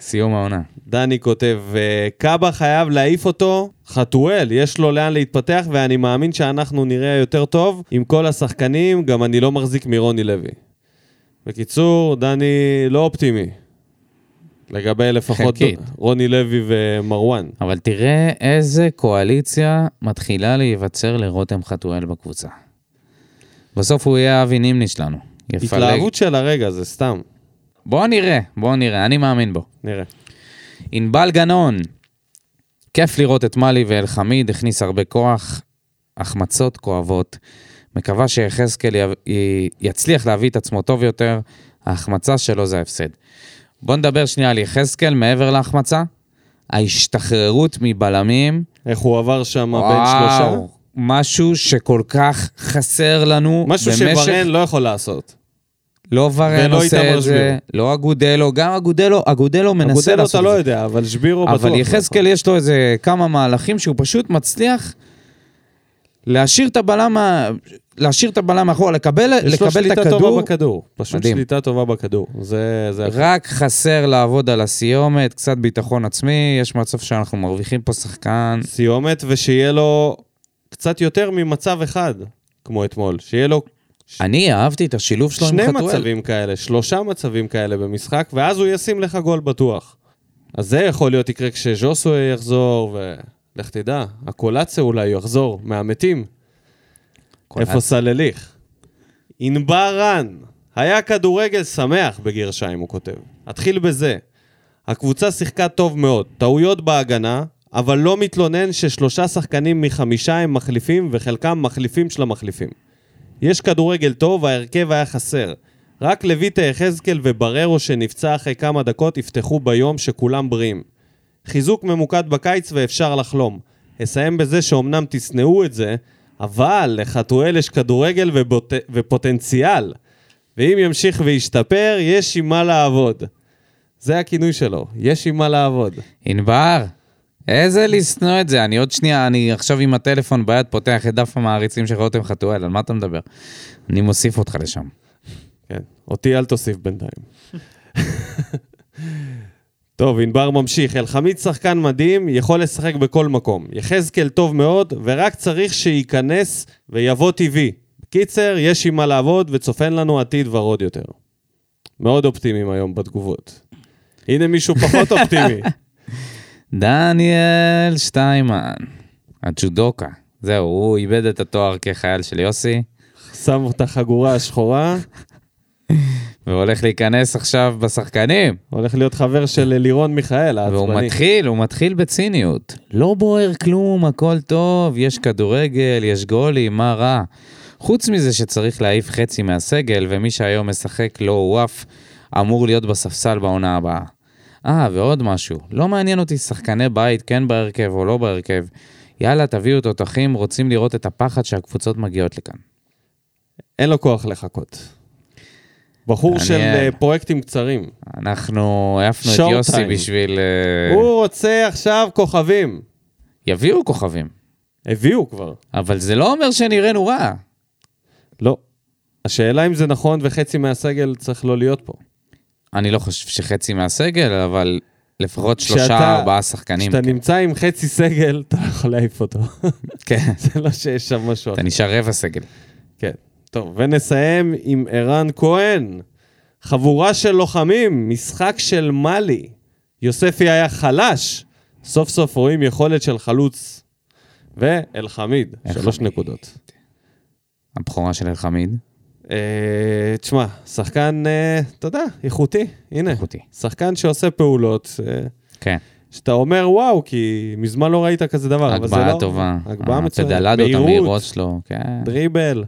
Speaker 2: סיום העונה.
Speaker 1: דני כותב, "אה, קאבה חייב להעיף אותו, חתואל, יש לו לאן להתפתח, ואני מאמין שאנחנו נראה יותר טוב עם כל השחקנים, גם אני לא מחזיק מרוני לוי. בקיצור, דני לא אופטימי. לגבי לפחות
Speaker 2: חלקית.
Speaker 1: רוני לוי ומרואן.
Speaker 2: אבל תראה איזה קואליציה מתחילה להיווצר לרותם חתואל בקבוצה. בסוף הוא יהיה אבי נימני שלנו. יפלג.
Speaker 1: התלהבות של הרגע, זה סתם.
Speaker 2: בוא נראה, בוא נראה, אני מאמין בו.
Speaker 1: נראה.
Speaker 2: ענבל גנון, כיף לראות את מאלי ואלחמיד, הכניס הרבה כוח, החמצות כואבות. מקווה שיחזקאל יב- י- יצליח להביא את עצמו טוב יותר, ההחמצה שלו זה ההפסד. בוא נדבר שנייה על יחזקאל מעבר להחמצה. ההשתחררות מבלמים,
Speaker 1: איך הוא עבר שם בין שלושה?
Speaker 2: משהו שכל כך חסר לנו
Speaker 1: משהו שוורן לא יכול לעשות.
Speaker 2: לא ורן
Speaker 1: ולא
Speaker 2: עושה
Speaker 1: איתמר
Speaker 2: את זה,
Speaker 1: שבירו.
Speaker 2: לא אגודלו, גם אגודלו, אגודלו מנסה לעשות את
Speaker 1: אגודלו
Speaker 2: זה.
Speaker 1: אתה לא יודע, אבל שבירו בטוח.
Speaker 2: אבל
Speaker 1: לא
Speaker 2: יחזקאל יש לו איזה כמה מהלכים שהוא פשוט מצליח להשאיר את הבלם, ה- להשאיר את הבלם מאחורה, לקבל,
Speaker 1: יש לו
Speaker 2: לקבל את
Speaker 1: שליטה
Speaker 2: הכדור,
Speaker 1: טובה בכדור. פשוט
Speaker 2: מדהים.
Speaker 1: שליטה טובה בכדור. זה... זה
Speaker 2: רק חסר לעבוד על הסיומת, קצת ביטחון עצמי, יש מצב שאנחנו מרוויחים פה שחקן.
Speaker 1: סיומת, ושיהיה לו קצת יותר ממצב אחד, כמו אתמול. שיהיה לו
Speaker 2: אני אהבתי את השילוב שלו עם
Speaker 1: שני
Speaker 2: חתואל.
Speaker 1: מצבים כאלה, שלושה מצבים כאלה במשחק, ואז הוא ישים לך גול בטוח. אז זה יכול להיות יקרה כשז'וסוי יחזור, ולך תדע, הקולציה אולי יחזור, מהמתים.
Speaker 2: כל
Speaker 1: איפה סלליך? ענבר רן, היה כדורגל שמח בגרשיים, הוא כותב. אתחיל בזה. הקבוצה שיחקה טוב מאוד, טעויות בהגנה, אבל לא מתלונן ששלושה שחקנים מחמישה הם מחליפים, וחלקם מחליפים של המחליפים. יש כדורגל טוב, ההרכב היה חסר. רק לויטה יחזקאל ובררו שנפצע אחרי כמה דקות יפתחו ביום שכולם בריאים. חיזוק ממוקד בקיץ ואפשר לחלום. אסיים בזה שאומנם תשנאו את זה, אבל לחתואל יש כדורגל ובוט... ופוטנציאל. ואם ימשיך וישתפר, יש עם מה לעבוד. זה הכינוי שלו, יש עם מה לעבוד.
Speaker 2: ענבר, איזה לשנוא את זה. אני עוד שנייה, אני עכשיו עם הטלפון ביד פותח את דף המעריצים של רותם חתואל, על מה אתה מדבר? אני מוסיף אותך לשם.
Speaker 1: כן, אותי אל תוסיף בינתיים. טוב, ענבר ממשיך. אלחמיד שחקן מדהים, יכול לשחק בכל מקום. יחזקאל טוב מאוד, ורק צריך שייכנס ויבוא טבעי. בקיצר, יש עם מה לעבוד, וצופן לנו עתיד ורוד יותר. מאוד אופטימיים היום בתגובות. הנה מישהו פחות אופטימי.
Speaker 2: דניאל שטיימן, הג'ודוקה. זהו, הוא איבד את התואר כחייל של יוסי,
Speaker 1: [laughs] שם את החגורה השחורה,
Speaker 2: והולך להיכנס עכשיו בשחקנים.
Speaker 1: הולך להיות חבר של לירון מיכאל,
Speaker 2: והוא
Speaker 1: העצבני.
Speaker 2: מתחיל, הוא מתחיל בציניות. לא בוער כלום, הכל טוב, יש כדורגל, יש גולים, מה רע? חוץ מזה שצריך להעיף חצי מהסגל, ומי שהיום משחק לא הועף, אמור להיות בספסל בעונה הבאה. אה, ועוד משהו, לא מעניין אותי שחקני בית כן בהרכב או לא בהרכב. יאללה, תביאו תותחים, רוצים לראות את הפחד שהקבוצות מגיעות לכאן.
Speaker 1: אין לו כוח לחכות. בחור
Speaker 2: מעניין.
Speaker 1: של אה, פרויקטים קצרים.
Speaker 2: אנחנו העפנו את
Speaker 1: Showtime.
Speaker 2: יוסי בשביל... אה,
Speaker 1: הוא רוצה עכשיו כוכבים.
Speaker 2: יביאו כוכבים,
Speaker 1: הביאו כבר.
Speaker 2: אבל זה לא אומר שנראינו רע.
Speaker 1: לא. השאלה אם זה נכון וחצי מהסגל צריך לא להיות פה.
Speaker 2: אני לא חושב שחצי מהסגל, אבל לפחות
Speaker 1: כשאתה-
Speaker 2: שלושה, ארבעה שחקנים.
Speaker 1: כשאתה נמצא עם חצי סגל, אתה לא יכול להעיף אותו. [laughs]
Speaker 2: כן,
Speaker 1: זה לא שיש שם משהו
Speaker 2: אתה
Speaker 1: אחר.
Speaker 2: נשאר רבע סגל.
Speaker 1: כן. טוב, ונסיים עם ערן כהן. חבורה של לוחמים, משחק של מאלי. יוספי היה חלש, סוף סוף רואים יכולת של חלוץ. ואלחמיד, שלוש
Speaker 2: אלחמיד.
Speaker 1: נקודות.
Speaker 2: הבכורה של אלחמיד,
Speaker 1: אה, תשמע, שחקן, אה, אתה יודע, איכותי, הנה.
Speaker 2: איכותי.
Speaker 1: שחקן שעושה פעולות, אה,
Speaker 2: כן.
Speaker 1: שאתה אומר וואו, כי מזמן לא ראית כזה דבר. אבל זה
Speaker 2: הגבהה
Speaker 1: לא-
Speaker 2: טובה. אה,
Speaker 1: הגבהה מצוינת.
Speaker 2: הפדלדות
Speaker 1: מהירות,
Speaker 2: המהירות שלו, כן.
Speaker 1: דריבל,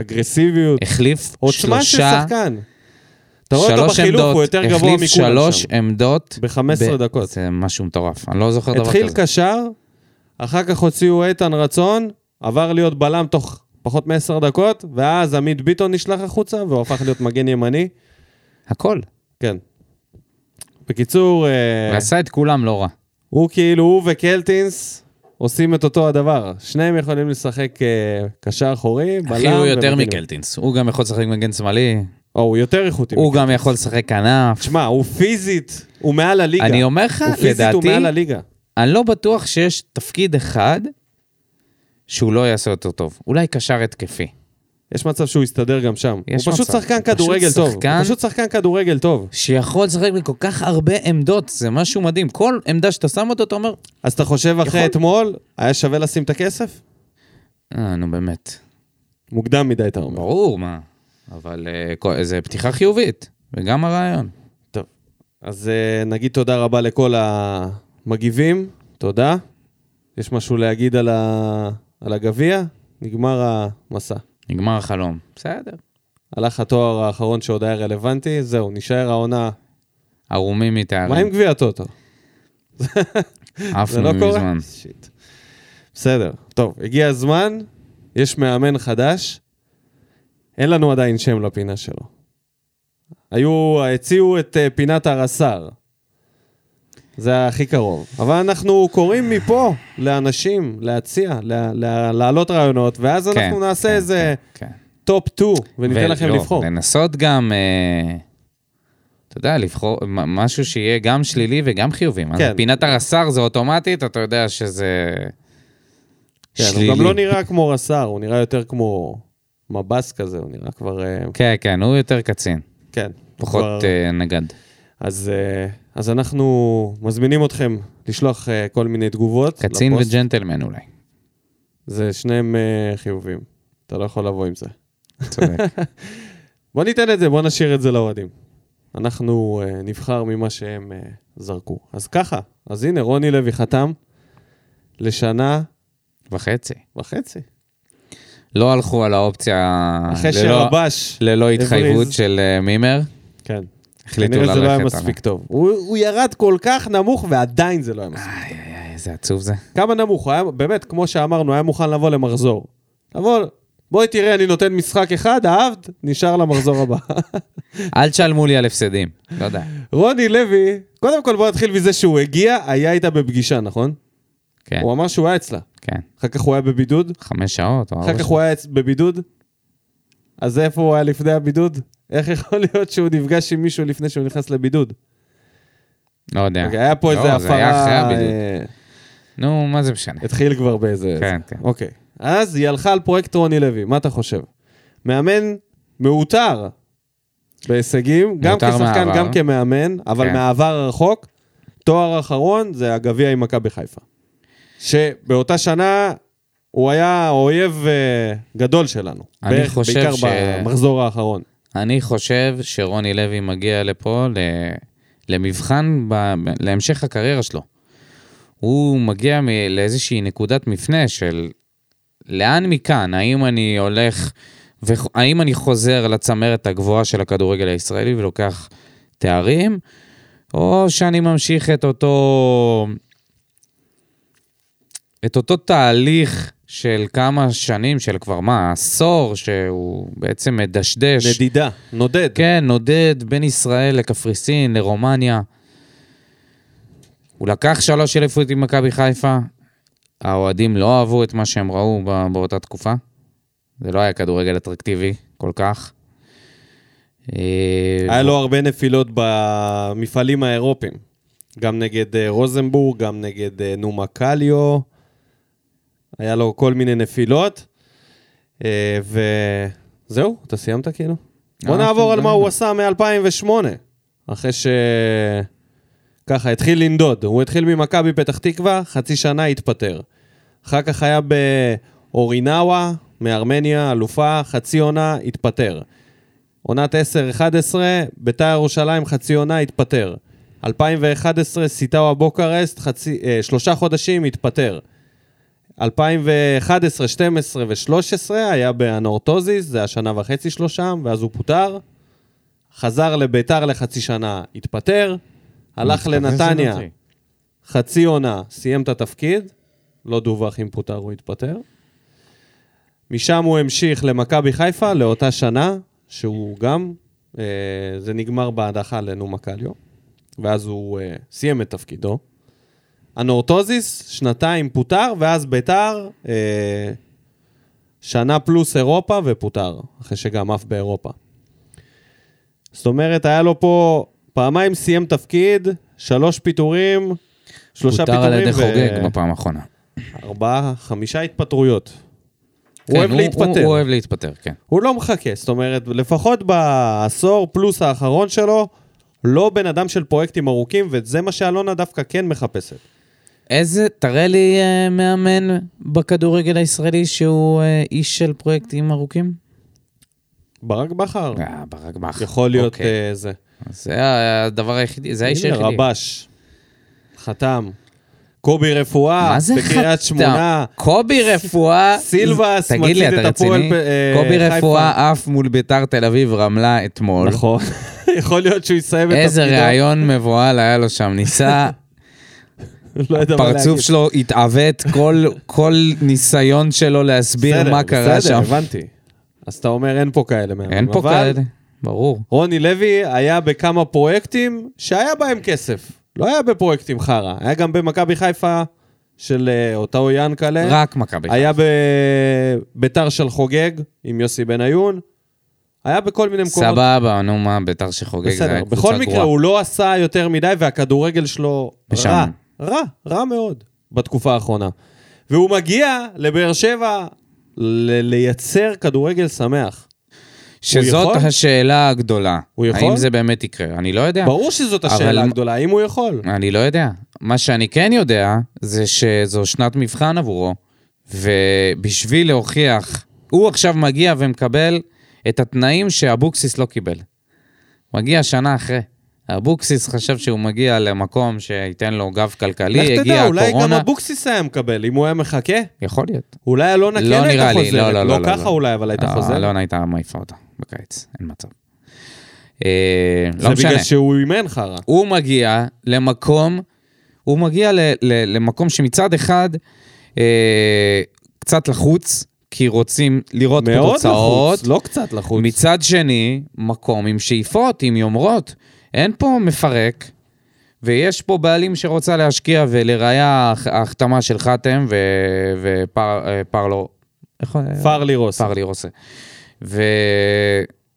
Speaker 1: אגרסיביות,
Speaker 2: החליף
Speaker 1: עוצמה של
Speaker 2: שלושה,
Speaker 1: שחקן. אתה רואה אותו
Speaker 2: שלוש
Speaker 1: בחילוף, הוא
Speaker 2: עמדות,
Speaker 1: יותר גבוה מכולם
Speaker 2: החליף שלוש
Speaker 1: שם.
Speaker 2: עמדות.
Speaker 1: ב-15 דקות.
Speaker 2: זה משהו מטורף, אני לא זוכר דבר
Speaker 1: התחיל
Speaker 2: כזה.
Speaker 1: קשר, אחר כך הוציאו איתן רצון, עבר להיות בלם תוך פחות מ-10 דקות, ואז עמית ביטון נשלח החוצה, והוא הפך להיות מגן ימני.
Speaker 2: הכל.
Speaker 1: כן. בקיצור, אה,
Speaker 2: הוא עשה את כולם לא רע.
Speaker 1: הוא כאילו, הוא וקלטינס עושים את אותו הדבר. שניהם יכולים לשחק אה, קשר אחורי, בלם.
Speaker 2: אחי, הוא יותר
Speaker 1: ומגן.
Speaker 2: מקלטינס. הוא גם יכול לשחק מגן שמאלי,
Speaker 1: או, הוא יותר איכותי.
Speaker 2: הוא
Speaker 1: מכלטינס.
Speaker 2: גם יכול לשחק כנף.
Speaker 1: תשמע, הוא פיזית, הוא מעל הליגה.
Speaker 2: אני אומר לך,
Speaker 1: הוא פיזית הוא
Speaker 2: לדעתי,
Speaker 1: מעל הליגה.
Speaker 2: אני לא בטוח שיש תפקיד אחד שהוא לא יעשה אותו טוב. אולי קשר התקפי.
Speaker 1: יש מצב שהוא יסתדר גם שם. הוא
Speaker 2: יש
Speaker 1: פשוט
Speaker 2: מצב.
Speaker 1: שחקן
Speaker 2: הוא פשוט
Speaker 1: כדורגל טוב.
Speaker 2: שחקן-
Speaker 1: הוא פשוט שחקן כדורגל טוב.
Speaker 2: שיכול לשחק בכל כך הרבה עמדות, זה משהו מדהים. כל עמדה שאתה שם אותו, אתה אומר,
Speaker 1: אז אתה חושב אחרי
Speaker 2: יכול-
Speaker 1: אתמול, היה שווה לשים את הכסף?
Speaker 2: אה, נו באמת.
Speaker 1: מוקדם מדי, אתה אומר.
Speaker 2: ברור, מה. אבל אה, כל- זה פתיחה חיובית, וגם הרעיון.
Speaker 1: טוב. אז אה, נגיד תודה רבה לכל המגיבים, תודה. יש משהו להגיד על, ה... על הגביע? נגמר המסע.
Speaker 2: נגמר החלום. בסדר.
Speaker 1: הלך התואר האחרון שעוד היה רלוונטי, זהו, נשאר העונה.
Speaker 2: ערומים מתארים.
Speaker 1: מה עם גביע הטוטו? זה
Speaker 2: עפנו
Speaker 1: לא קורה?
Speaker 2: מזמן.
Speaker 1: שיט. בסדר, טוב, הגיע הזמן, יש מאמן חדש, אין לנו עדיין שם לפינה שלו. היו, הציעו את אה, פינת הרס"ר. זה הכי קרוב. אבל אנחנו קוראים מפה לאנשים להציע, לה- לה- להעלות רעיונות, ואז
Speaker 2: כן,
Speaker 1: אנחנו נעשה
Speaker 2: כן,
Speaker 1: איזה
Speaker 2: כן, כן.
Speaker 1: טופ 2, וניתן
Speaker 2: ולא,
Speaker 1: לכם לבחור.
Speaker 2: לא, לנסות גם, אה, אתה יודע, לבחור מ- משהו שיהיה גם שלילי וגם חיובי. מה זה?
Speaker 1: כן.
Speaker 2: פינת הרס"ר זה אוטומטית, אתה יודע שזה
Speaker 1: כן,
Speaker 2: שלילי.
Speaker 1: הוא גם לא נראה כמו רס"ר, הוא נראה יותר כמו מב"ס כזה, הוא נראה כבר... אה,
Speaker 2: כן, כן, הוא יותר קצין,
Speaker 1: כן.
Speaker 2: פחות
Speaker 1: כבר-
Speaker 2: אה, נגד.
Speaker 1: אז, אה, אז אנחנו מזמינים אתכם לשלוח אה, כל מיני תגובות.
Speaker 2: קצין
Speaker 1: לפוסט.
Speaker 2: וג'נטלמן אולי.
Speaker 1: זה שניהם אה, חיובים. אתה לא יכול לבוא עם זה.
Speaker 2: צודק. [laughs]
Speaker 1: בוא ניתן את זה, בוא נשאיר את זה לאוהדים. אנחנו אה, נבחר ממה שהם אה, זרקו. אז ככה, אז הנה, רוני לוי חתם לשנה
Speaker 2: וחצי.
Speaker 1: וחצי.
Speaker 2: לא הלכו על האופציה
Speaker 1: אחרי
Speaker 2: אה, ללא-
Speaker 1: שרבש,
Speaker 2: ללא
Speaker 1: הבריז.
Speaker 2: התחייבות של אה, מימר,
Speaker 1: כן,
Speaker 2: החליטו
Speaker 1: כנראה
Speaker 2: ללכת
Speaker 1: זה לא היה
Speaker 2: עליו.
Speaker 1: מספיק טוב. הוא הוא ירד כל כך נמוך ועדיין זה לא היה מספיק.
Speaker 2: איי, איי, איי, איזה עצוב זה.
Speaker 1: כמה נמוך, הוא היה, באמת, כמו שאמרנו, היה מוכן לבוא למחזור. לבוא, בואי תראה, אני נותן משחק אחד, אהבת, נשאר למחזור הבא. [laughs]
Speaker 2: אל תשלמו לי על הפסדים. לא יודע.
Speaker 1: רוני לוי, קודם כל בוא נתחיל מזה שהוא הגיע, היה איתה בפגישה, נכון?
Speaker 2: כן,
Speaker 1: הוא אמר שהוא היה אצלה.
Speaker 2: כן.
Speaker 1: אחר כך הוא היה בבידוד,
Speaker 2: חמש שעות או ארבע
Speaker 1: אחר כך
Speaker 2: שעות.
Speaker 1: הוא היה אצ- בבידוד. אז איפה הוא היה לפני הבידוד? איך יכול להיות שהוא נפגש עם מישהו לפני שהוא נכנס לבידוד?
Speaker 2: לא יודע.
Speaker 1: אוקיי, היה פה
Speaker 2: לא,
Speaker 1: איזה
Speaker 2: זה היה אחרי
Speaker 1: הפרה,
Speaker 2: הבידוד.
Speaker 1: אה,
Speaker 2: נו, מה זה משנה?
Speaker 1: התחיל כבר באיזה...
Speaker 2: כן,
Speaker 1: זה.
Speaker 2: כן.
Speaker 1: אוקיי. אז היא הלכה על פרויקט רוני לוי, מה אתה חושב? מאמן מעוטר בהישגים, גם
Speaker 2: מעוטר
Speaker 1: כשחקן,
Speaker 2: מהעבר.
Speaker 1: גם כמאמן, אבל
Speaker 2: כן.
Speaker 1: מהעבר הרחוק, תואר אחרון זה הגביע עם מכבי חיפה. שבאותה שנה הוא היה אויב אה, גדול שלנו.
Speaker 2: אני
Speaker 1: בערך-
Speaker 2: חושב
Speaker 1: בעיקר
Speaker 2: ש-
Speaker 1: במחזור האחרון.
Speaker 2: אני חושב שרוני לוי מגיע לפה ל... למבחן, ב... להמשך הקריירה שלו. הוא מגיע מ... לאיזושהי נקודת מפנה של לאן מכאן? האם אני הולך, וח- האם אני חוזר לצמרת הגבוהה של הכדורגל הישראלי ולוקח תארים, או שאני ממשיך את אותו, את אותו תהליך של כמה שנים, של כבר מה, עשור, שהוא בעצם מדשדש.
Speaker 1: נדידה, נודד.
Speaker 2: כן, נודד בין ישראל לקפריסין, לרומניה. הוא לקח שלוש אליפות עם מכבי חיפה. האוהדים לא אהבו את מה שהם ראו ב- באותה תקופה. זה לא היה כדורגל אטרקטיבי כל כך. אה,
Speaker 1: היה לו הרבה נפילות במפעלים האירופיים. גם נגד אה, רוזנבורג, גם נגד אה, נומה קליו. היה לו כל מיני נפילות. אה, וזהו, אתה סיימת כאילו? בוא
Speaker 2: אה,
Speaker 1: נעבור על
Speaker 2: כן.
Speaker 1: מה הוא עשה מ-2008. אחרי ש... ככה, התחיל לנדוד. הוא התחיל ממכבי פתח תקווה, חצי שנה התפטר. אחר כך היה באורינאווה, מארמניה, אלופה, חצי עונה, התפטר. עונת 10-11, ביתר ירושלים, חצי עונה, התפטר. 2011, סיטאווה בוקרסט, חצי, אה, שלושה חודשים, התפטר. 2011, 12 ו-13 היה באנורטוזיס, זה השנה וחצי שלו שם, ואז הוא פוטר. חזר לביתר לחצי שנה, התפטר. הלך
Speaker 2: מתכוון
Speaker 1: לנתניה,
Speaker 2: שנוצרי.
Speaker 1: חצי עונה, סיים את התפקיד, לא דווח אם פוטר או התפטר. משם הוא המשיך למכבי חיפה לאותה שנה, שהוא גם, אה, זה נגמר בהדחה לנומה קליו, ואז הוא אה, סיים את תפקידו. אנורטוזיס, שנתיים פוטר, ואז ביתר, אה, שנה פלוס אירופה ופוטר, אחרי שגם עף באירופה. זאת אומרת, היה לו פה פעמיים סיים תפקיד, שלוש פיטורים, שלושה
Speaker 2: פוטר
Speaker 1: פיטורים.
Speaker 2: על ידי
Speaker 1: ו-
Speaker 2: חוגג בפעם האחרונה.
Speaker 1: ארבעה, חמישה התפטרויות. הוא
Speaker 2: כן,
Speaker 1: אוהב
Speaker 2: הוא, הוא
Speaker 1: להתפטר,
Speaker 2: אוהב להתפטר, כן.
Speaker 1: הוא לא מחכה, זאת אומרת, לפחות בעשור פלוס האחרון שלו, לא בן אדם של פרויקטים ארוכים, וזה מה שאלונה דווקא כן מחפשת.
Speaker 2: איזה, תראה לי אה, מאמן בכדורגל הישראלי שהוא אה, איש של פרויקטים ארוכים.
Speaker 1: ברק בכר,
Speaker 2: אה, ברק בכר.
Speaker 1: יכול להיות
Speaker 2: אוקיי.
Speaker 1: אה, זה.
Speaker 2: זה הדבר היחידי, זה האיש
Speaker 1: הנה,
Speaker 2: היחידי.
Speaker 1: רבש, חתם, קובי רפואה,
Speaker 2: מה זה
Speaker 1: בקריית
Speaker 2: חתם?
Speaker 1: שמונה,
Speaker 2: קובי רפואה...
Speaker 1: סילבס
Speaker 2: תגיד לי,
Speaker 1: מצעיד
Speaker 2: אתה
Speaker 1: את הפועל
Speaker 2: רציני?
Speaker 1: ב- אה,
Speaker 2: קובי
Speaker 1: חיפה.
Speaker 2: רפואה עף מול ביתר תל אביב רמלה אתמול.
Speaker 1: נכון, [laughs] יכול להיות שהוא יסיים את
Speaker 2: איזה
Speaker 1: תפקידו.
Speaker 2: ראיון מבוהל היה לו שם,
Speaker 1: [laughs]
Speaker 2: ניסה,
Speaker 1: לא יודע מה
Speaker 2: פרצוף
Speaker 1: להגיד.
Speaker 2: שלו התעוות, כל- כל ניסיון שלו להסביר
Speaker 1: בסדר,
Speaker 2: מה קרה שם.
Speaker 1: בסדר, הבנתי. אז אתה אומר, אין פה כאלה מאמנים.
Speaker 2: אין פה
Speaker 1: אבל
Speaker 2: כאלה, ברור.
Speaker 1: רוני לוי היה בכמה פרויקטים שהיה בהם כסף. לא היה בפרויקטים חרא. היה גם במכבי חיפה של אה, אותו ינקלה.
Speaker 2: רק מכבי.
Speaker 1: היה בביתר של חוגג עם יוסי בניון. היה בכל מיני מקומות.
Speaker 2: סבבה, נו מה, ביתר שחוגג, זה היה
Speaker 1: בסדר.
Speaker 2: קבוצה
Speaker 1: בכל
Speaker 2: גרועה.
Speaker 1: מקרה, הוא לא עשה יותר מדי, והכדורגל שלו
Speaker 2: משם.
Speaker 1: רע. רע, רע מאוד בתקופה האחרונה. והוא מגיע לבאר שבע ל- לייצר כדורגל שמח.
Speaker 2: שזאת
Speaker 1: יכול?
Speaker 2: השאלה הגדולה.
Speaker 1: הוא יכול?
Speaker 2: האם זה באמת יקרה? אני לא יודע.
Speaker 1: ברור שזאת
Speaker 2: אבל-
Speaker 1: השאלה הגדולה, האם הוא יכול.
Speaker 2: אני לא יודע. מה שאני כן יודע, זה שזו שנת מבחן עבורו, ובשביל להוכיח, הוא עכשיו מגיע ומקבל את התנאים שאבוקסיס לא קיבל. מגיע שנה אחרי. אבוקסיס חשב שהוא מגיע למקום שייתן לו גב כלכלי,
Speaker 1: לך
Speaker 2: הגיע
Speaker 1: תדע, אולי גם
Speaker 2: הקורונה.
Speaker 1: אבוקסיס היה מקבל, אם הוא היה מחכה.
Speaker 2: יכול להיות.
Speaker 1: אולי אלונה כן
Speaker 2: לא
Speaker 1: הייתה
Speaker 2: נראה לי,
Speaker 1: חוזרת.
Speaker 2: לא, לא, לא.
Speaker 1: לא ככה אולי, אבל הייתה
Speaker 2: לא,
Speaker 1: חוזרת.
Speaker 2: אלונה הייתה מעיפה אותה בקיץ, אין מצב. אה,
Speaker 1: זה
Speaker 2: לא משנה.
Speaker 1: בגלל שהוא אימן חרא.
Speaker 2: הוא מגיע למקום, הוא מגיע ל, ל, למקום שמצד אחד אה, קצת לחוץ, כי רוצים לראות פה
Speaker 1: מאוד
Speaker 2: תוצאות,
Speaker 1: לחוץ, לא קצת לחוץ.
Speaker 2: מצד שני, מקום עם שאיפות, עם יומרות. אין פה מפרק, ויש פה בעלים שרוצה להשקיע, ולראיה הח- ההחתמה של חתם ופרלו, אה, איך הוא-
Speaker 1: פרלי רוס.
Speaker 2: פרלי רוסה. ו...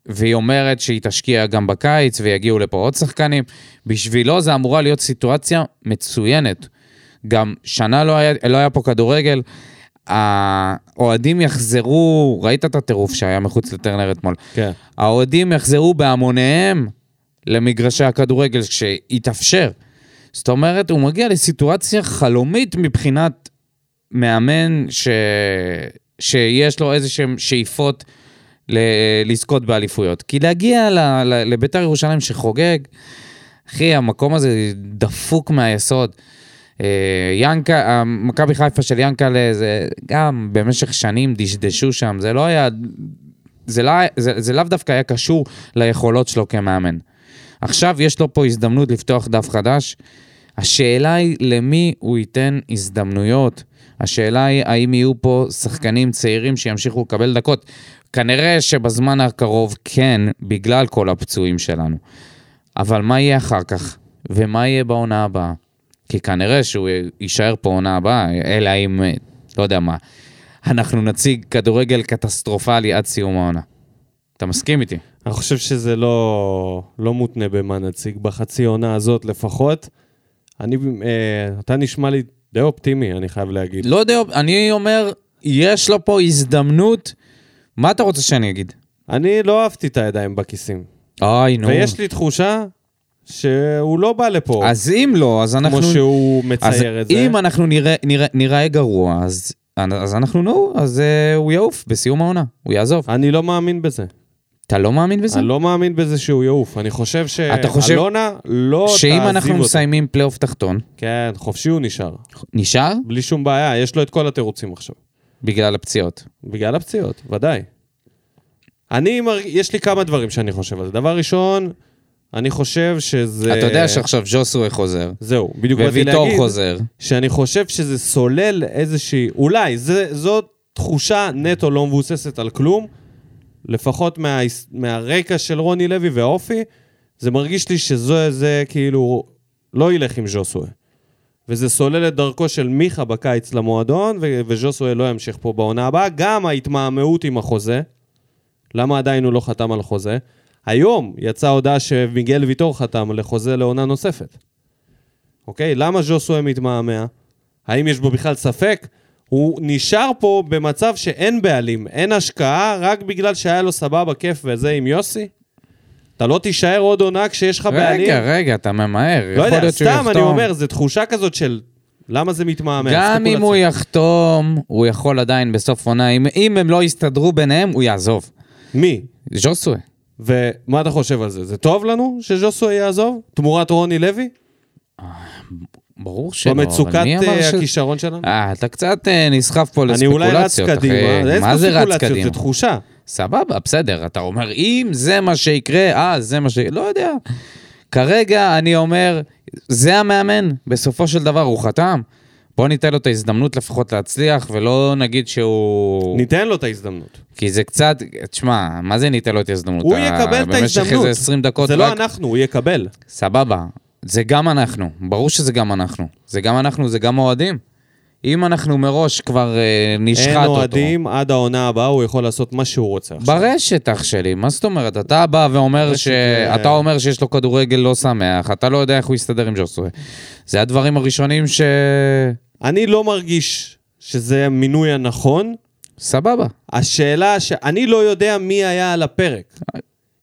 Speaker 2: והיא אומרת שהיא תשקיע גם בקיץ ויגיעו לפה עוד שחקנים. בשבילו זה אמורה להיות סיטואציה מצוינת. גם שנה לא היה, לא היה פה כדורגל. האוהדים יחזרו, ראית את הטירוף שהיה מחוץ לטרנר אתמול.
Speaker 1: כן.
Speaker 2: האוהדים יחזרו בהמוניהם למגרשי הכדורגל כשיתאפשר. זאת אומרת, הוא מגיע לסיטואציה חלומית מבחינת מאמן ש... שיש לו איזה שהם שאיפות ל... לזכות באליפויות. כי להגיע ל... ל... לביתר ירושלים שחוגג, אחי, המקום הזה דפוק מהיסוד. אה, ינקה, מכבי חיפה של ינקלה, זה גם במשך שנים דשדשו שם, זה לא היה... זה, לא, זה, זה לאו דווקא היה קשור ליכולות שלו כמאמן. עכשיו יש לו פה הזדמנות לפתוח דף חדש. השאלה היא למי הוא ייתן הזדמנויות. השאלה היא האם יהיו פה שחקנים צעירים שימשיכו לקבל דקות. כנראה שבזמן הקרוב כן, בגלל כל הפצועים שלנו. אבל מה יהיה אחר כך? ומה יהיה בעונה הבאה? כי כנראה שהוא יישאר פה עונה הבאה, אלא אם, אה, לא יודע מה, אנחנו נציג כדורגל קטסטרופלי עד סיום העונה. אתה מסכים איתי?
Speaker 1: אני חושב שזה לא, לא מותנה במה נציג, בחצי עונה הזאת לפחות. אני, אה, אתה נשמע לי די אופטימי, אני חייב להגיד.
Speaker 2: לא יודע, אני אומר, יש לו פה הזדמנות. מה אתה רוצה שאני אגיד?
Speaker 1: אני לא אהבתי את הידיים בכיסים.
Speaker 2: אוי, נו.
Speaker 1: ויש לי תחושה שהוא לא בא לפה,
Speaker 2: אז אם לא, אז
Speaker 1: כמו
Speaker 2: אנחנו...
Speaker 1: שהוא
Speaker 2: אז
Speaker 1: מצייר את זה.
Speaker 2: אם אנחנו נראה- נראה- נראה גרוע, אז... אז אנחנו נו, אז אה, הוא יעוף בסיום העונה, הוא יעזוב.
Speaker 1: אני לא מאמין בזה.
Speaker 2: אתה לא מאמין בזה?
Speaker 1: אני לא מאמין בזה שהוא יעוף. אני חושב
Speaker 2: אתה חושב-
Speaker 1: שאלונה לא תעזיב
Speaker 2: שאם
Speaker 1: אותו.
Speaker 2: אנחנו מסיימים פלייאוף תחתון,
Speaker 1: כן, חופשי הוא נשאר.
Speaker 2: נשאר?
Speaker 1: בלי שום בעיה, יש לו את כל התירוצים עכשיו.
Speaker 2: בגלל הפציעות.
Speaker 1: בגלל הפציעות, ודאי. אני, מר- יש לי כמה דברים שאני חושב על זה. דבר ראשון, אני חושב שזה...
Speaker 2: אתה יודע שעכשיו ז'וסוי חוזר,
Speaker 1: זהו, בדיוק באתי
Speaker 2: וויטור
Speaker 1: אה, להגיד,
Speaker 2: חוזר.
Speaker 1: שאני חושב שזה סולל איזושהי... אולי, זה, זו תחושה נטו לא מבוססת על כלום, לפחות מה, מהרקע של רוני לוי והאופי, זה מרגיש לי שזה זה כאילו לא ילך עם ז'וסווה. וזה סולל את דרכו של מיכה בקיץ למועדון, ו- וז'וסווה לא ימשיך פה בעונה הבאה. גם ההתמהמהות עם החוזה, למה עדיין הוא לא חתם על חוזה? היום יצאה הודעה שמיגל ויטור חתם לחוזה לעונה נוספת. אוקיי? למה ז'וסווה מתמהמה? האם יש בו בכלל ספק? הוא נשאר פה במצב שאין בעלים, אין השקעה, רק בגלל שהיה לו סבבה כיף וזה עם יוסי? אתה לא תישאר עוד עונה כשיש לך בעלים?
Speaker 2: רגע, רגע, אתה ממהר.
Speaker 1: לא
Speaker 2: יכול
Speaker 1: יודע,
Speaker 2: להיות שהוא
Speaker 1: סתם אני
Speaker 2: יחתום.
Speaker 1: אומר, זו תחושה כזאת של למה זה מתמהמה.
Speaker 2: גם אם
Speaker 1: ספקולציה.
Speaker 2: הוא יחתום, הוא יכול עדיין בסוף עונה, אם- אם הם לא יסתדרו ביניהם, הוא יעזוב.
Speaker 1: מי?
Speaker 2: ז'וסוי.
Speaker 1: ומה אתה חושב על זה? זה טוב לנו שז'וסו יעזוב? תמורת רוני לוי?
Speaker 2: ברור שלא, כן, אבל
Speaker 1: במצוקת
Speaker 2: מי אמר
Speaker 1: אה,
Speaker 2: ש-
Speaker 1: הכישרון שלנו?
Speaker 2: אה, אתה קצת אה, נסחף פה
Speaker 1: אני אולי רץ
Speaker 2: לספקולציות,
Speaker 1: קדימה,
Speaker 2: אחי.
Speaker 1: אין
Speaker 2: מה זה רץ
Speaker 1: ספקולציות,
Speaker 2: קדימה?
Speaker 1: זה תחושה.
Speaker 2: סבבה, בסדר, אתה אומר, אם זה מה שיקרה, אה, זה מה ש... לא יודע. כרגע אני אומר, זה המאמן, בסופו של דבר הוא חתם. בוא ניתן לו את ההזדמנות לפחות להצליח, ולא נגיד שהוא...
Speaker 1: ניתן לו את ההזדמנות.
Speaker 2: כי זה קצת, תשמע, מה זה ניתן לו את ההזדמנות?
Speaker 1: הוא
Speaker 2: אה,
Speaker 1: יקבל את
Speaker 2: במשך
Speaker 1: ההזדמנות.
Speaker 2: איזה 20 דקות
Speaker 1: זה
Speaker 2: רק...
Speaker 1: לא אנחנו, הוא יקבל.
Speaker 2: סבבה, זה גם אנחנו, ברור שזה גם אנחנו. זה גם אנחנו, זה גם אוהדים. אם אנחנו מראש כבר אה, נשחט
Speaker 1: אין
Speaker 2: אותו...
Speaker 1: אוהדים, עד העונה הבאה הוא יכול לעשות מה שהוא רוצה עכשיו.
Speaker 2: ברשת, אח שלי, מה זאת אומרת? אתה בא ואומר ש...
Speaker 1: ברשת,
Speaker 2: אתה
Speaker 1: אה.
Speaker 2: אומר שיש לו כדורגל לא שמח, אתה לא יודע איך הוא יסתדר עם ג'וסווה. זה הדברים הראשונים ש...
Speaker 1: אני לא מרגיש שזה המינוי הנכון.
Speaker 2: סבבה.
Speaker 1: השאלה ש... אני לא יודע מי היה על הפרק.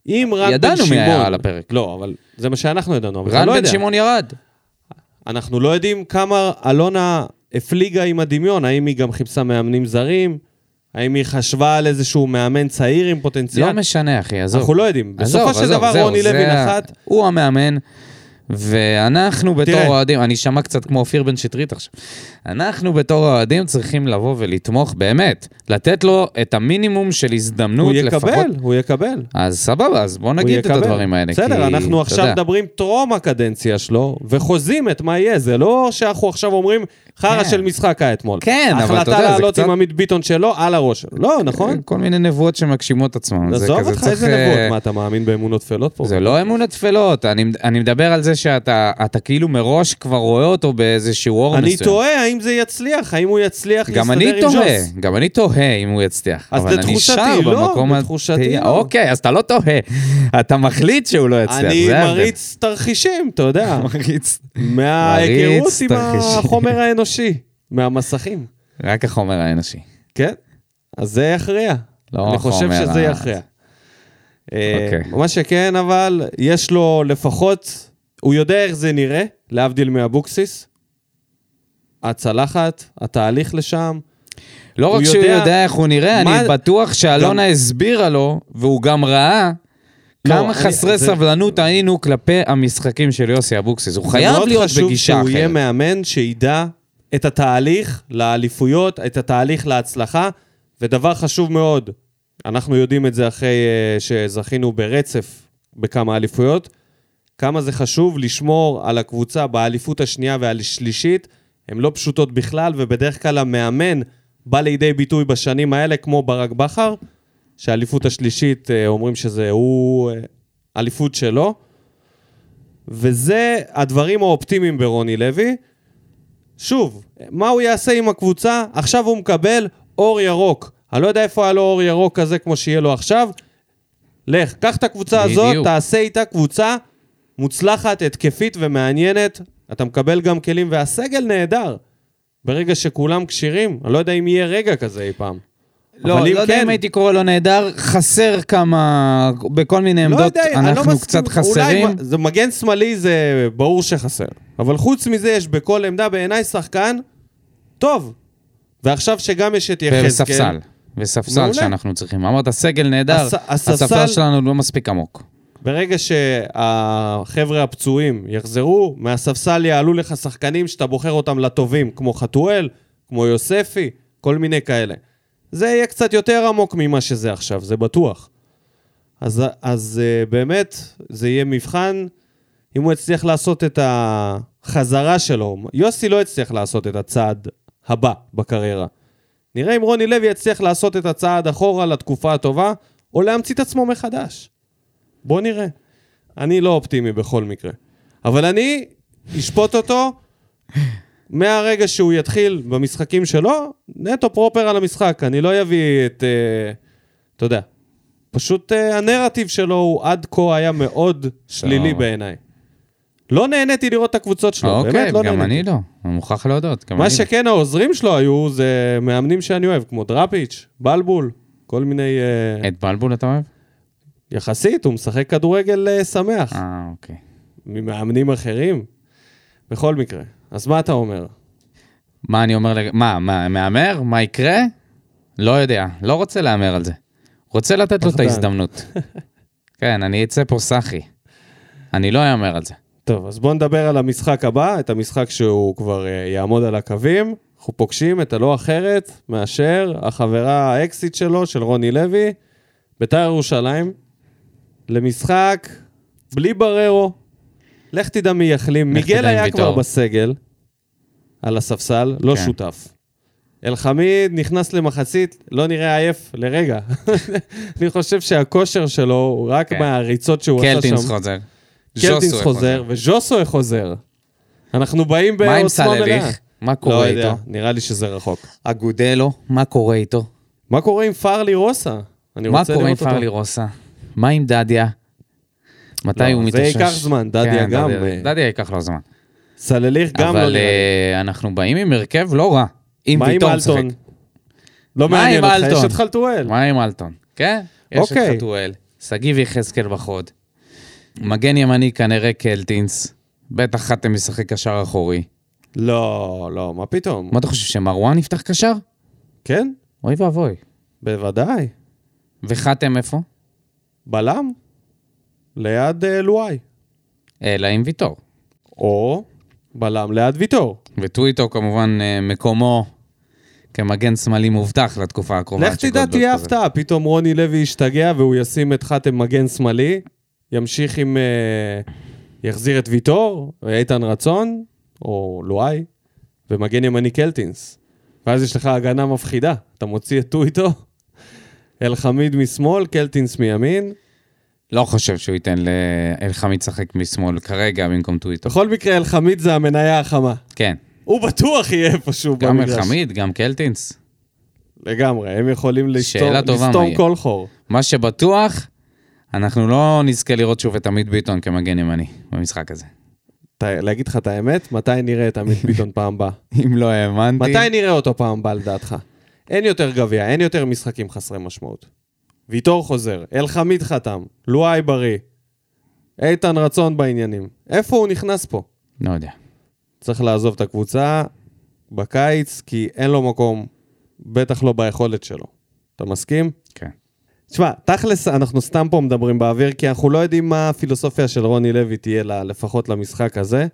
Speaker 1: אם רן בן שמעון...
Speaker 2: ידענו מי היה על הפרק.
Speaker 1: לא, אבל זה מה שאנחנו ידענו, אבל אתה
Speaker 2: רן
Speaker 1: לא
Speaker 2: בן
Speaker 1: יודע.
Speaker 2: שמעון ירד.
Speaker 1: אנחנו לא יודעים כמה אלונה הפליגה עם הדמיון, האם היא גם חיפשה מאמנים זרים, האם היא חשבה על איזשהו מאמן צעיר עם פוטנציאל.
Speaker 2: לא משנה, אחי, עזוב.
Speaker 1: אנחנו לא יודעים.
Speaker 2: עזוב,
Speaker 1: בסופו של
Speaker 2: עזוב,
Speaker 1: דבר
Speaker 2: זהו,
Speaker 1: רוני
Speaker 2: זה
Speaker 1: לוי
Speaker 2: ה-
Speaker 1: נחת,
Speaker 2: הוא המאמן, ואנחנו בתור
Speaker 1: תראה.
Speaker 2: אוהדים, אני אשמע קצת כמו אופיר בן שטרית עכשיו, אנחנו בתור אוהדים צריכים לבוא ולתמוך באמת, לתת לו את המינימום של
Speaker 1: הוא
Speaker 2: הזדמנות לפחות.
Speaker 1: יקבל, הוא יקבל.
Speaker 2: אז סבבה, אז בוא
Speaker 1: הוא
Speaker 2: נגיד את
Speaker 1: יקבל.
Speaker 2: הדברים האלה.
Speaker 1: בסדר,
Speaker 2: כי,
Speaker 1: אנחנו
Speaker 2: אתה
Speaker 1: עכשיו
Speaker 2: יודע,
Speaker 1: מדברים טרום הקדנציה שלו, וחוזים את מה יהיה, זה לא שאנחנו עכשיו אומרים, חרא
Speaker 2: כן.
Speaker 1: של משחק היה אתמול.
Speaker 2: כן, אבל אתה יודע,
Speaker 1: החלטה
Speaker 2: זה
Speaker 1: לעלות
Speaker 2: קצת-
Speaker 1: עם עמית ביטון שלו על הראש שלו. לא, נכון?
Speaker 2: כן, כל מיני נבואות שמגשימות את עצמם. זה
Speaker 1: עזוב
Speaker 2: כזה
Speaker 1: אותך
Speaker 2: צריך,
Speaker 1: איזה
Speaker 2: אה,
Speaker 1: נבואות, מה אתה מאמין באמונות טפלות פה?
Speaker 2: זה לא אמונות טפלות, אני, אני מדבר על זה שאתה אתה כאילו מראש כבר רואה אותו באיזשהו אור
Speaker 1: אני
Speaker 2: מסוים.
Speaker 1: תוהה האם זה יצליח, האם הוא יצליח
Speaker 2: גם
Speaker 1: להסתדר עם
Speaker 2: אני
Speaker 1: ג'וס.
Speaker 2: תוהה, גם אני תוהה אם הוא יצליח.
Speaker 1: אז
Speaker 2: אבל אני
Speaker 1: לתחושתי
Speaker 2: נשאר
Speaker 1: לא,
Speaker 2: במקום
Speaker 1: לתחושתי
Speaker 2: התהייה.
Speaker 1: לא.
Speaker 2: אוקיי, אז אתה לא תוהה. אתה מחליט שהוא לא יצליח.
Speaker 1: אני
Speaker 2: זה ההבדל.
Speaker 1: מריץ תרחישים, אתה
Speaker 2: [laughs]
Speaker 1: יודע,
Speaker 2: מריץ.
Speaker 1: מההיכרות עם
Speaker 2: תרחישים.
Speaker 1: החומר האנושי, מהמסכים,
Speaker 2: רק החומר האנושי.
Speaker 1: כן? אז זה יכריע.
Speaker 2: לא
Speaker 1: אני חושב
Speaker 2: החומר
Speaker 1: שזה
Speaker 2: ה-
Speaker 1: יכריע. אה,
Speaker 2: אוקיי.
Speaker 1: מה שכן, אבל, יש לו לפחות, הוא יודע איך זה נראה, להבדיל מאבוקסיס. הצלחת, התהליך לשם.
Speaker 2: לא
Speaker 1: הוא
Speaker 2: רק שהוא
Speaker 1: יודע-
Speaker 2: יודע איך הוא נראה,
Speaker 1: מה-
Speaker 2: אני בטוח שאלונה הסבירה לו, והוא גם ראה,
Speaker 1: לא,
Speaker 2: כמה
Speaker 1: אני-
Speaker 2: חסרי
Speaker 1: זה-
Speaker 2: סבלנות היינו כלפי המשחקים של יוסי אבוקסיס. הוא
Speaker 1: זה
Speaker 2: חייב
Speaker 1: מאוד
Speaker 2: להיות
Speaker 1: חשוב
Speaker 2: בגישה
Speaker 1: שהוא יהיה
Speaker 2: אחרת.
Speaker 1: מאמן שידע את התהליך לאליפויות, את התהליך להצלחה, ודבר חשוב מאוד, אנחנו יודעים את זה אחרי אה, שזכינו ברצף בכמה אליפויות, כמה זה חשוב לשמור על הקבוצה באליפות השנייה והשלישית, הן לא פשוטות בכלל, ובדרך כלל המאמן בא לידי ביטוי בשנים האלה, כמו ברק בכר, שהאליפות השלישית, אה, אומרים שזה הוא, אה, אליפות שלו. וזה הדברים האופטימיים ברוני לוי. שוב, מה הוא יעשה עם הקבוצה? עכשיו הוא מקבל אור ירוק. אני לא יודע איפה היה לו אור ירוק כזה כמו שיהיה לו עכשיו. לך, קח את הקבוצה הזאת,
Speaker 2: בדיוק.
Speaker 1: תעשה איתה קבוצה מוצלחת, התקפית ומעניינת. אתה מקבל גם כלים, והסגל נהדר. ברגע שכולם כשירים, אני לא יודע אם יהיה רגע כזה אי פעם.
Speaker 2: לא,
Speaker 1: אבל
Speaker 2: לא יודע
Speaker 1: כן-
Speaker 2: אם הייתי קורא לו נהדר, חסר כמה, בכל מיני
Speaker 1: לא
Speaker 2: עמדות
Speaker 1: יודע, אני לא
Speaker 2: אנחנו
Speaker 1: מסכים.
Speaker 2: קצת חסרים.
Speaker 1: אולי, זה מגן שמאלי זה ברור שחסר. אבל חוץ מזה יש בכל עמדה בעיניי שחקן טוב. ועכשיו שגם יש את יחזקאל.
Speaker 2: וספסל. וספסל
Speaker 1: כן, מעולה.
Speaker 2: שאנחנו צריכים. אמרת, סגל נהדר,
Speaker 1: הס- הספסל-
Speaker 2: הספסל שלנו לא מספיק עמוק.
Speaker 1: ברגע שהחבר'ה הפצועים יחזרו, מהספסל יעלו לך שחקנים שאתה בוחר אותם לטובים, כמו חתואל, כמו יוספי, כל מיני כאלה. זה יהיה קצת יותר עמוק ממה שזה עכשיו, זה בטוח. אז, אז אה, באמת, זה יהיה מבחן אם הוא יצליח לעשות את החזרה שלו. יוסי לא יצליח לעשות את הצעד הבא בקריירה. נראה אם רוני לוי יצליח לעשות את הצעד אחורה לתקופה הטובה, או להמציא את עצמו מחדש. בוא נראה. אני לא אופטימי בכל מקרה. אבל אני אשפוט אותו מהרגע שהוא יתחיל במשחקים שלו, נטו פרופר על המשחק. אני לא אביא את... אה, אתה יודע. פשוט אה, הנרטיב שלו הוא עד כה היה מאוד שלילי
Speaker 2: סבבה.
Speaker 1: בעיניי. לא נהניתי לראות את הקבוצות שלו,
Speaker 2: אוקיי,
Speaker 1: באמת לא
Speaker 2: גם
Speaker 1: נהניתי.
Speaker 2: אני לא. אני מוכרח להודות, גם אני
Speaker 1: מה
Speaker 2: לא.
Speaker 1: שכן העוזרים שלו היו, זה מאמנים שאני אוהב, כמו דראפיץ', בלבול, כל מיני... אה,
Speaker 2: את בלבול אתה אוהב?
Speaker 1: יחסית, הוא משחק כדורגל אה, שמח.
Speaker 2: אה, אוקיי.
Speaker 1: ממאמנים אחרים? בכל מקרה. אז מה אתה אומר?
Speaker 2: מה אני אומר? לג- מה, מה, מהמר? מה יקרה? לא יודע, לא רוצה להמר על זה. רוצה לתת לו את
Speaker 1: פחדן. [laughs]
Speaker 2: ההזדמנות. כן, אני אצא פה סאחי. אני לא אהמר על זה.
Speaker 1: טוב, אז בואו נדבר על המשחק הבא, את המשחק שהוא כבר אה, יעמוד על הקווים. אנחנו פוגשים את הלא אחרת מאשר החברה האקסיט שלו, של רוני לוי, בית"ר ירושלים, למשחק בלי בררו. לך תדע מי יחלים.
Speaker 2: לך
Speaker 1: מיגל
Speaker 2: תדע אם
Speaker 1: היה כבר
Speaker 2: ויטור.
Speaker 1: בסגל, על הספסל, לא
Speaker 2: כן.
Speaker 1: שותף. אלחמיד נכנס למחצית, לא נראה עייף לרגע. [laughs] אני חושב שהכושר שלו הוא רק
Speaker 2: כן.
Speaker 1: מהריצות שהוא עשה שם.
Speaker 2: קלטינס חוזר.
Speaker 1: קלטינס
Speaker 2: ז'וסוי
Speaker 1: כן, חוזר, וז'וסוי חוזר. אנחנו באים
Speaker 2: מה עם
Speaker 1: בעוצמה מלאה.
Speaker 2: סלליך? מה
Speaker 1: לא
Speaker 2: קורה
Speaker 1: יודע,
Speaker 2: איתו?
Speaker 1: נראה לי שזה רחוק.
Speaker 2: אגודלו, מה קורה איתו?
Speaker 1: מה קורה עם פארלי רוסה? אני
Speaker 2: מה
Speaker 1: רוצה
Speaker 2: קורה עם
Speaker 1: לראות אותו.
Speaker 2: פרלי רוסה? מה עם דדיה? מתי
Speaker 1: לא,
Speaker 2: הוא
Speaker 1: זה
Speaker 2: מתאושש?
Speaker 1: ייקח זמן, דדיה
Speaker 2: כן,
Speaker 1: גם,
Speaker 2: דדיה-
Speaker 1: אה,
Speaker 2: דדיה ייקח לו זמן.
Speaker 1: סלליך גם לא
Speaker 2: אבל
Speaker 1: נראה
Speaker 2: אה, אנחנו באים עם הרכב לא רע.
Speaker 1: לי.
Speaker 2: אם
Speaker 1: מה עם
Speaker 2: ויטור משחק.
Speaker 1: אלטון? לא
Speaker 2: מה
Speaker 1: מעניין
Speaker 2: עם
Speaker 1: אותך, יש
Speaker 2: אלטון?
Speaker 1: את חלטואל.
Speaker 2: מה עם אלטון? כן, יש את
Speaker 1: אוקיי.
Speaker 2: חתואל, שגיב יחזקאל בחוד. מגן ימני כנראה קלטינס. בטח חתם ישחק קשר אחורי.
Speaker 1: לא, לא, מה פתאום?
Speaker 2: מה אתה חושב, שמרואן יפתח קשר?
Speaker 1: כן?
Speaker 2: אוי ואבוי.
Speaker 1: בוודאי.
Speaker 2: וחתם איפה?
Speaker 1: בלם? ליד אה, לואי.
Speaker 2: אלא עם ויטור.
Speaker 1: או בלם ליד ויטור.
Speaker 2: וטוויטו כמובן אה, מקומו כמגן שמאלי מובטח לתקופה הקרובה.
Speaker 1: לך
Speaker 2: עד
Speaker 1: תדע,
Speaker 2: שגולדברג
Speaker 1: תהיה
Speaker 2: חוזר.
Speaker 1: הפתעה, פתאום רוני לוי ישתגע והוא ישים את חתם מגן שמאלי, ימשיך עם... אה, יחזיר את ויטור, איתן רצון, או לואי, ומגן ימני קלטינס. ואז יש לך הגנה מפחידה, אתה מוציא את טויטו, אלחמיד משמאל, קלטינס מימין.
Speaker 2: לא חושב שהוא ייתן לאלחמיד לשחק משמאל כרגע במקום טוויטו.
Speaker 1: בכל מקרה, אלחמיד זה המניה החמה.
Speaker 2: כן,
Speaker 1: הוא בטוח יהיה איפשהו
Speaker 2: גם
Speaker 1: במגרש.
Speaker 2: אלחמיד, גם קלטינס.
Speaker 1: לגמרי, הם יכולים לסתום
Speaker 2: שאלה טובה, מה
Speaker 1: לסתום
Speaker 2: יהיה?
Speaker 1: כל חור.
Speaker 2: מה שבטוח, אנחנו לא נזכה לראות שוב את עמית ביטון כמגן ימני במשחק הזה.
Speaker 1: ת- להגיד לך את האמת, מתי נראה את עמית ביטון פעם הבאה?
Speaker 2: אם לא האמנתי...
Speaker 1: מתי נראה אותו פעם הבאה לדעתך? אין יותר גביע, אין יותר משחקים חסרי משמעות. ויטור חוזר, אלחמיד חתם, לואי בריא, איתן רצון בעניינים. איפה הוא נכנס פה?
Speaker 2: לא יודע.
Speaker 1: צריך לעזוב את הקבוצה בקיץ, כי אין לו מקום, בטח לא ביכולת שלו. אתה מסכים?
Speaker 2: כן.
Speaker 1: תשמע, תכלס, אנחנו סתם פה מדברים באוויר, כי אנחנו לא יודעים מה הפילוסופיה של רוני לוי תהיה לה, לפחות למשחק הזה.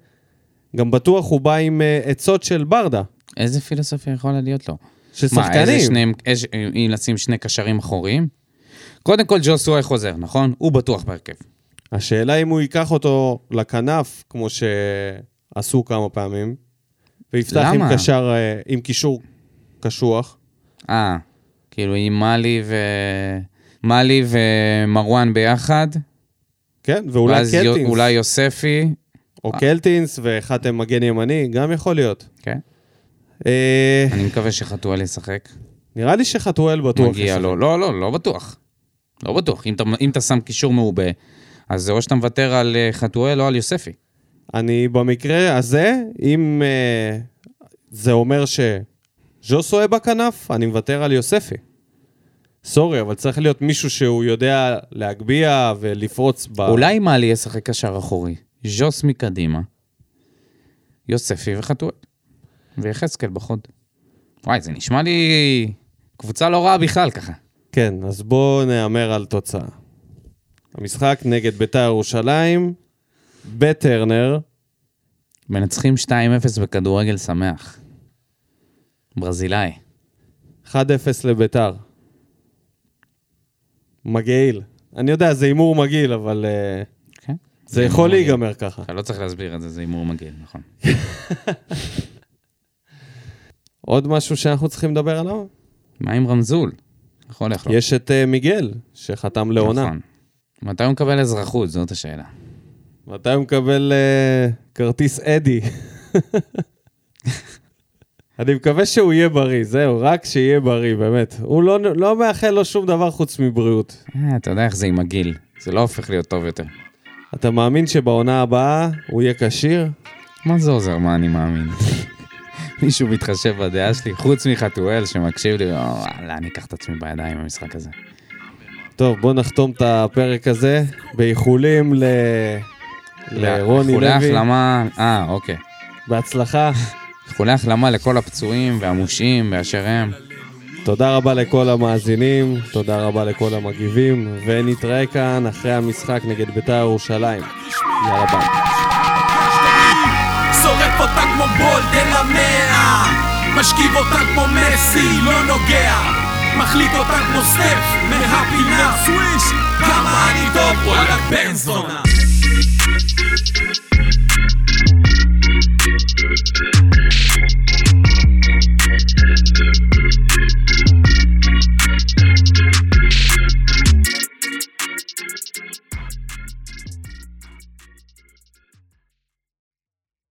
Speaker 1: גם בטוח הוא בא עם אה, עצות של ברדה,
Speaker 2: איזה פילוסופיה יכולה להיות לו?
Speaker 1: של
Speaker 2: מה, איזה
Speaker 1: שחקנים.
Speaker 2: שניהם, איזה- אם לשים שני קשרים אחוריים? קודם כל ג'וסווי חוזר, נכון? הוא בטוח בהרכב.
Speaker 1: השאלה אם הוא ייקח אותו לכנף, כמו שעשו כמה פעמים, ויפתח עם
Speaker 2: למה?
Speaker 1: קשר, אה, עם קישור קשוח.
Speaker 2: אה, כאילו עם מאלי ו... מאלי ומרואן ביחד,
Speaker 1: כן, ואולי
Speaker 2: ואז יו-
Speaker 1: קלטינס,
Speaker 2: אולי יוספי.
Speaker 1: או קלטינס, ואחד עם מגן ימני, גם יכול להיות.
Speaker 2: כן.
Speaker 1: אה,
Speaker 2: אני מקווה שחתואל ישחק.
Speaker 1: נראה לי שחתואל בטוח.
Speaker 2: מגיע
Speaker 1: ישחק.
Speaker 2: לו. לא, לא, לא בטוח. לא בטוח. אם אתה, אם אתה שם קישור מעובה, אז זה או שאתה מוותר על אה, חתואל או על יוספי.
Speaker 1: אני במקרה הזה, אם אה, זה אומר שז'וסואה בכנף, אני מוותר על יוספי. סורי, אבל צריך להיות מישהו שהוא יודע להגביה ולפרוץ ב...
Speaker 2: אולי מאלי ישחק קשר אחורי. ז'וס מקדימה, יוספי וחתואל. ויחזקאל בחוד. וואי, זה נשמע לי קבוצה לא רעה בכלל ככה.
Speaker 1: כן, אז בואו נהמר על תוצאה. המשחק נגד ביתר ירושלים, בטרנר,
Speaker 2: מנצחים 2-0 בכדורגל שמח. ברזילאי.
Speaker 1: 1-0 לביתר. מגעיל. אני יודע, זה הימור מגעיל, אבל אה,
Speaker 2: כן?
Speaker 1: זה יכול להיגמר ככה.
Speaker 2: אתה לא צריך להסביר את זה, זה הימור מגעיל, נכון.
Speaker 1: עוד משהו שאנחנו צריכים לדבר עליו?
Speaker 2: מה עם רמזול? איך הולך לו?
Speaker 1: יש את אה, מיגל, שחתם לעונה.
Speaker 2: נכון. מתי הוא מקבל אזרחות? זאת השאלה.
Speaker 1: מתי הוא מקבל אה, כרטיס אדי? אני מקווה שהוא יהיה בריא, זהו, רק שיהיה בריא, באמת. הוא לא, לא מאחל לו שום דבר חוץ מבריאות.
Speaker 2: אה, אתה יודע איך זה עם הגיל. זה לא הופך להיות טוב יותר.
Speaker 1: אתה מאמין שבעונה הבאה הוא יהיה כשיר?
Speaker 2: מה זה עוזר מה אני מאמין? [laughs] מישהו מתחשב בדעה שלי, חוץ מחתואל שמקשיב לי, "או, וואלה, אני אקח את עצמי בידיים במשחק הזה.
Speaker 1: טוב, בוא נחתום את הפרק הזה באיחולים ל... לרוני
Speaker 2: איחולי
Speaker 1: לוי.
Speaker 2: החלמה, אה, אוקיי.
Speaker 1: בהצלחה.
Speaker 2: איחולי החלמה לכל הפצועים והמושעים באשר הם.
Speaker 1: תודה רבה לכל המאזינים, תודה רבה לכל המגיבים, ונתראה כאן אחרי המשחק נגד בית"ר ירושלים. יאללה ביי.
Speaker 4: שורף אותה כמו בולדן המאה משכיב אותה כמו מסי, לא נוגע מחליט אותה כמו סטף מהפינה סוויש כמה אני טוב, וואלה בן זונה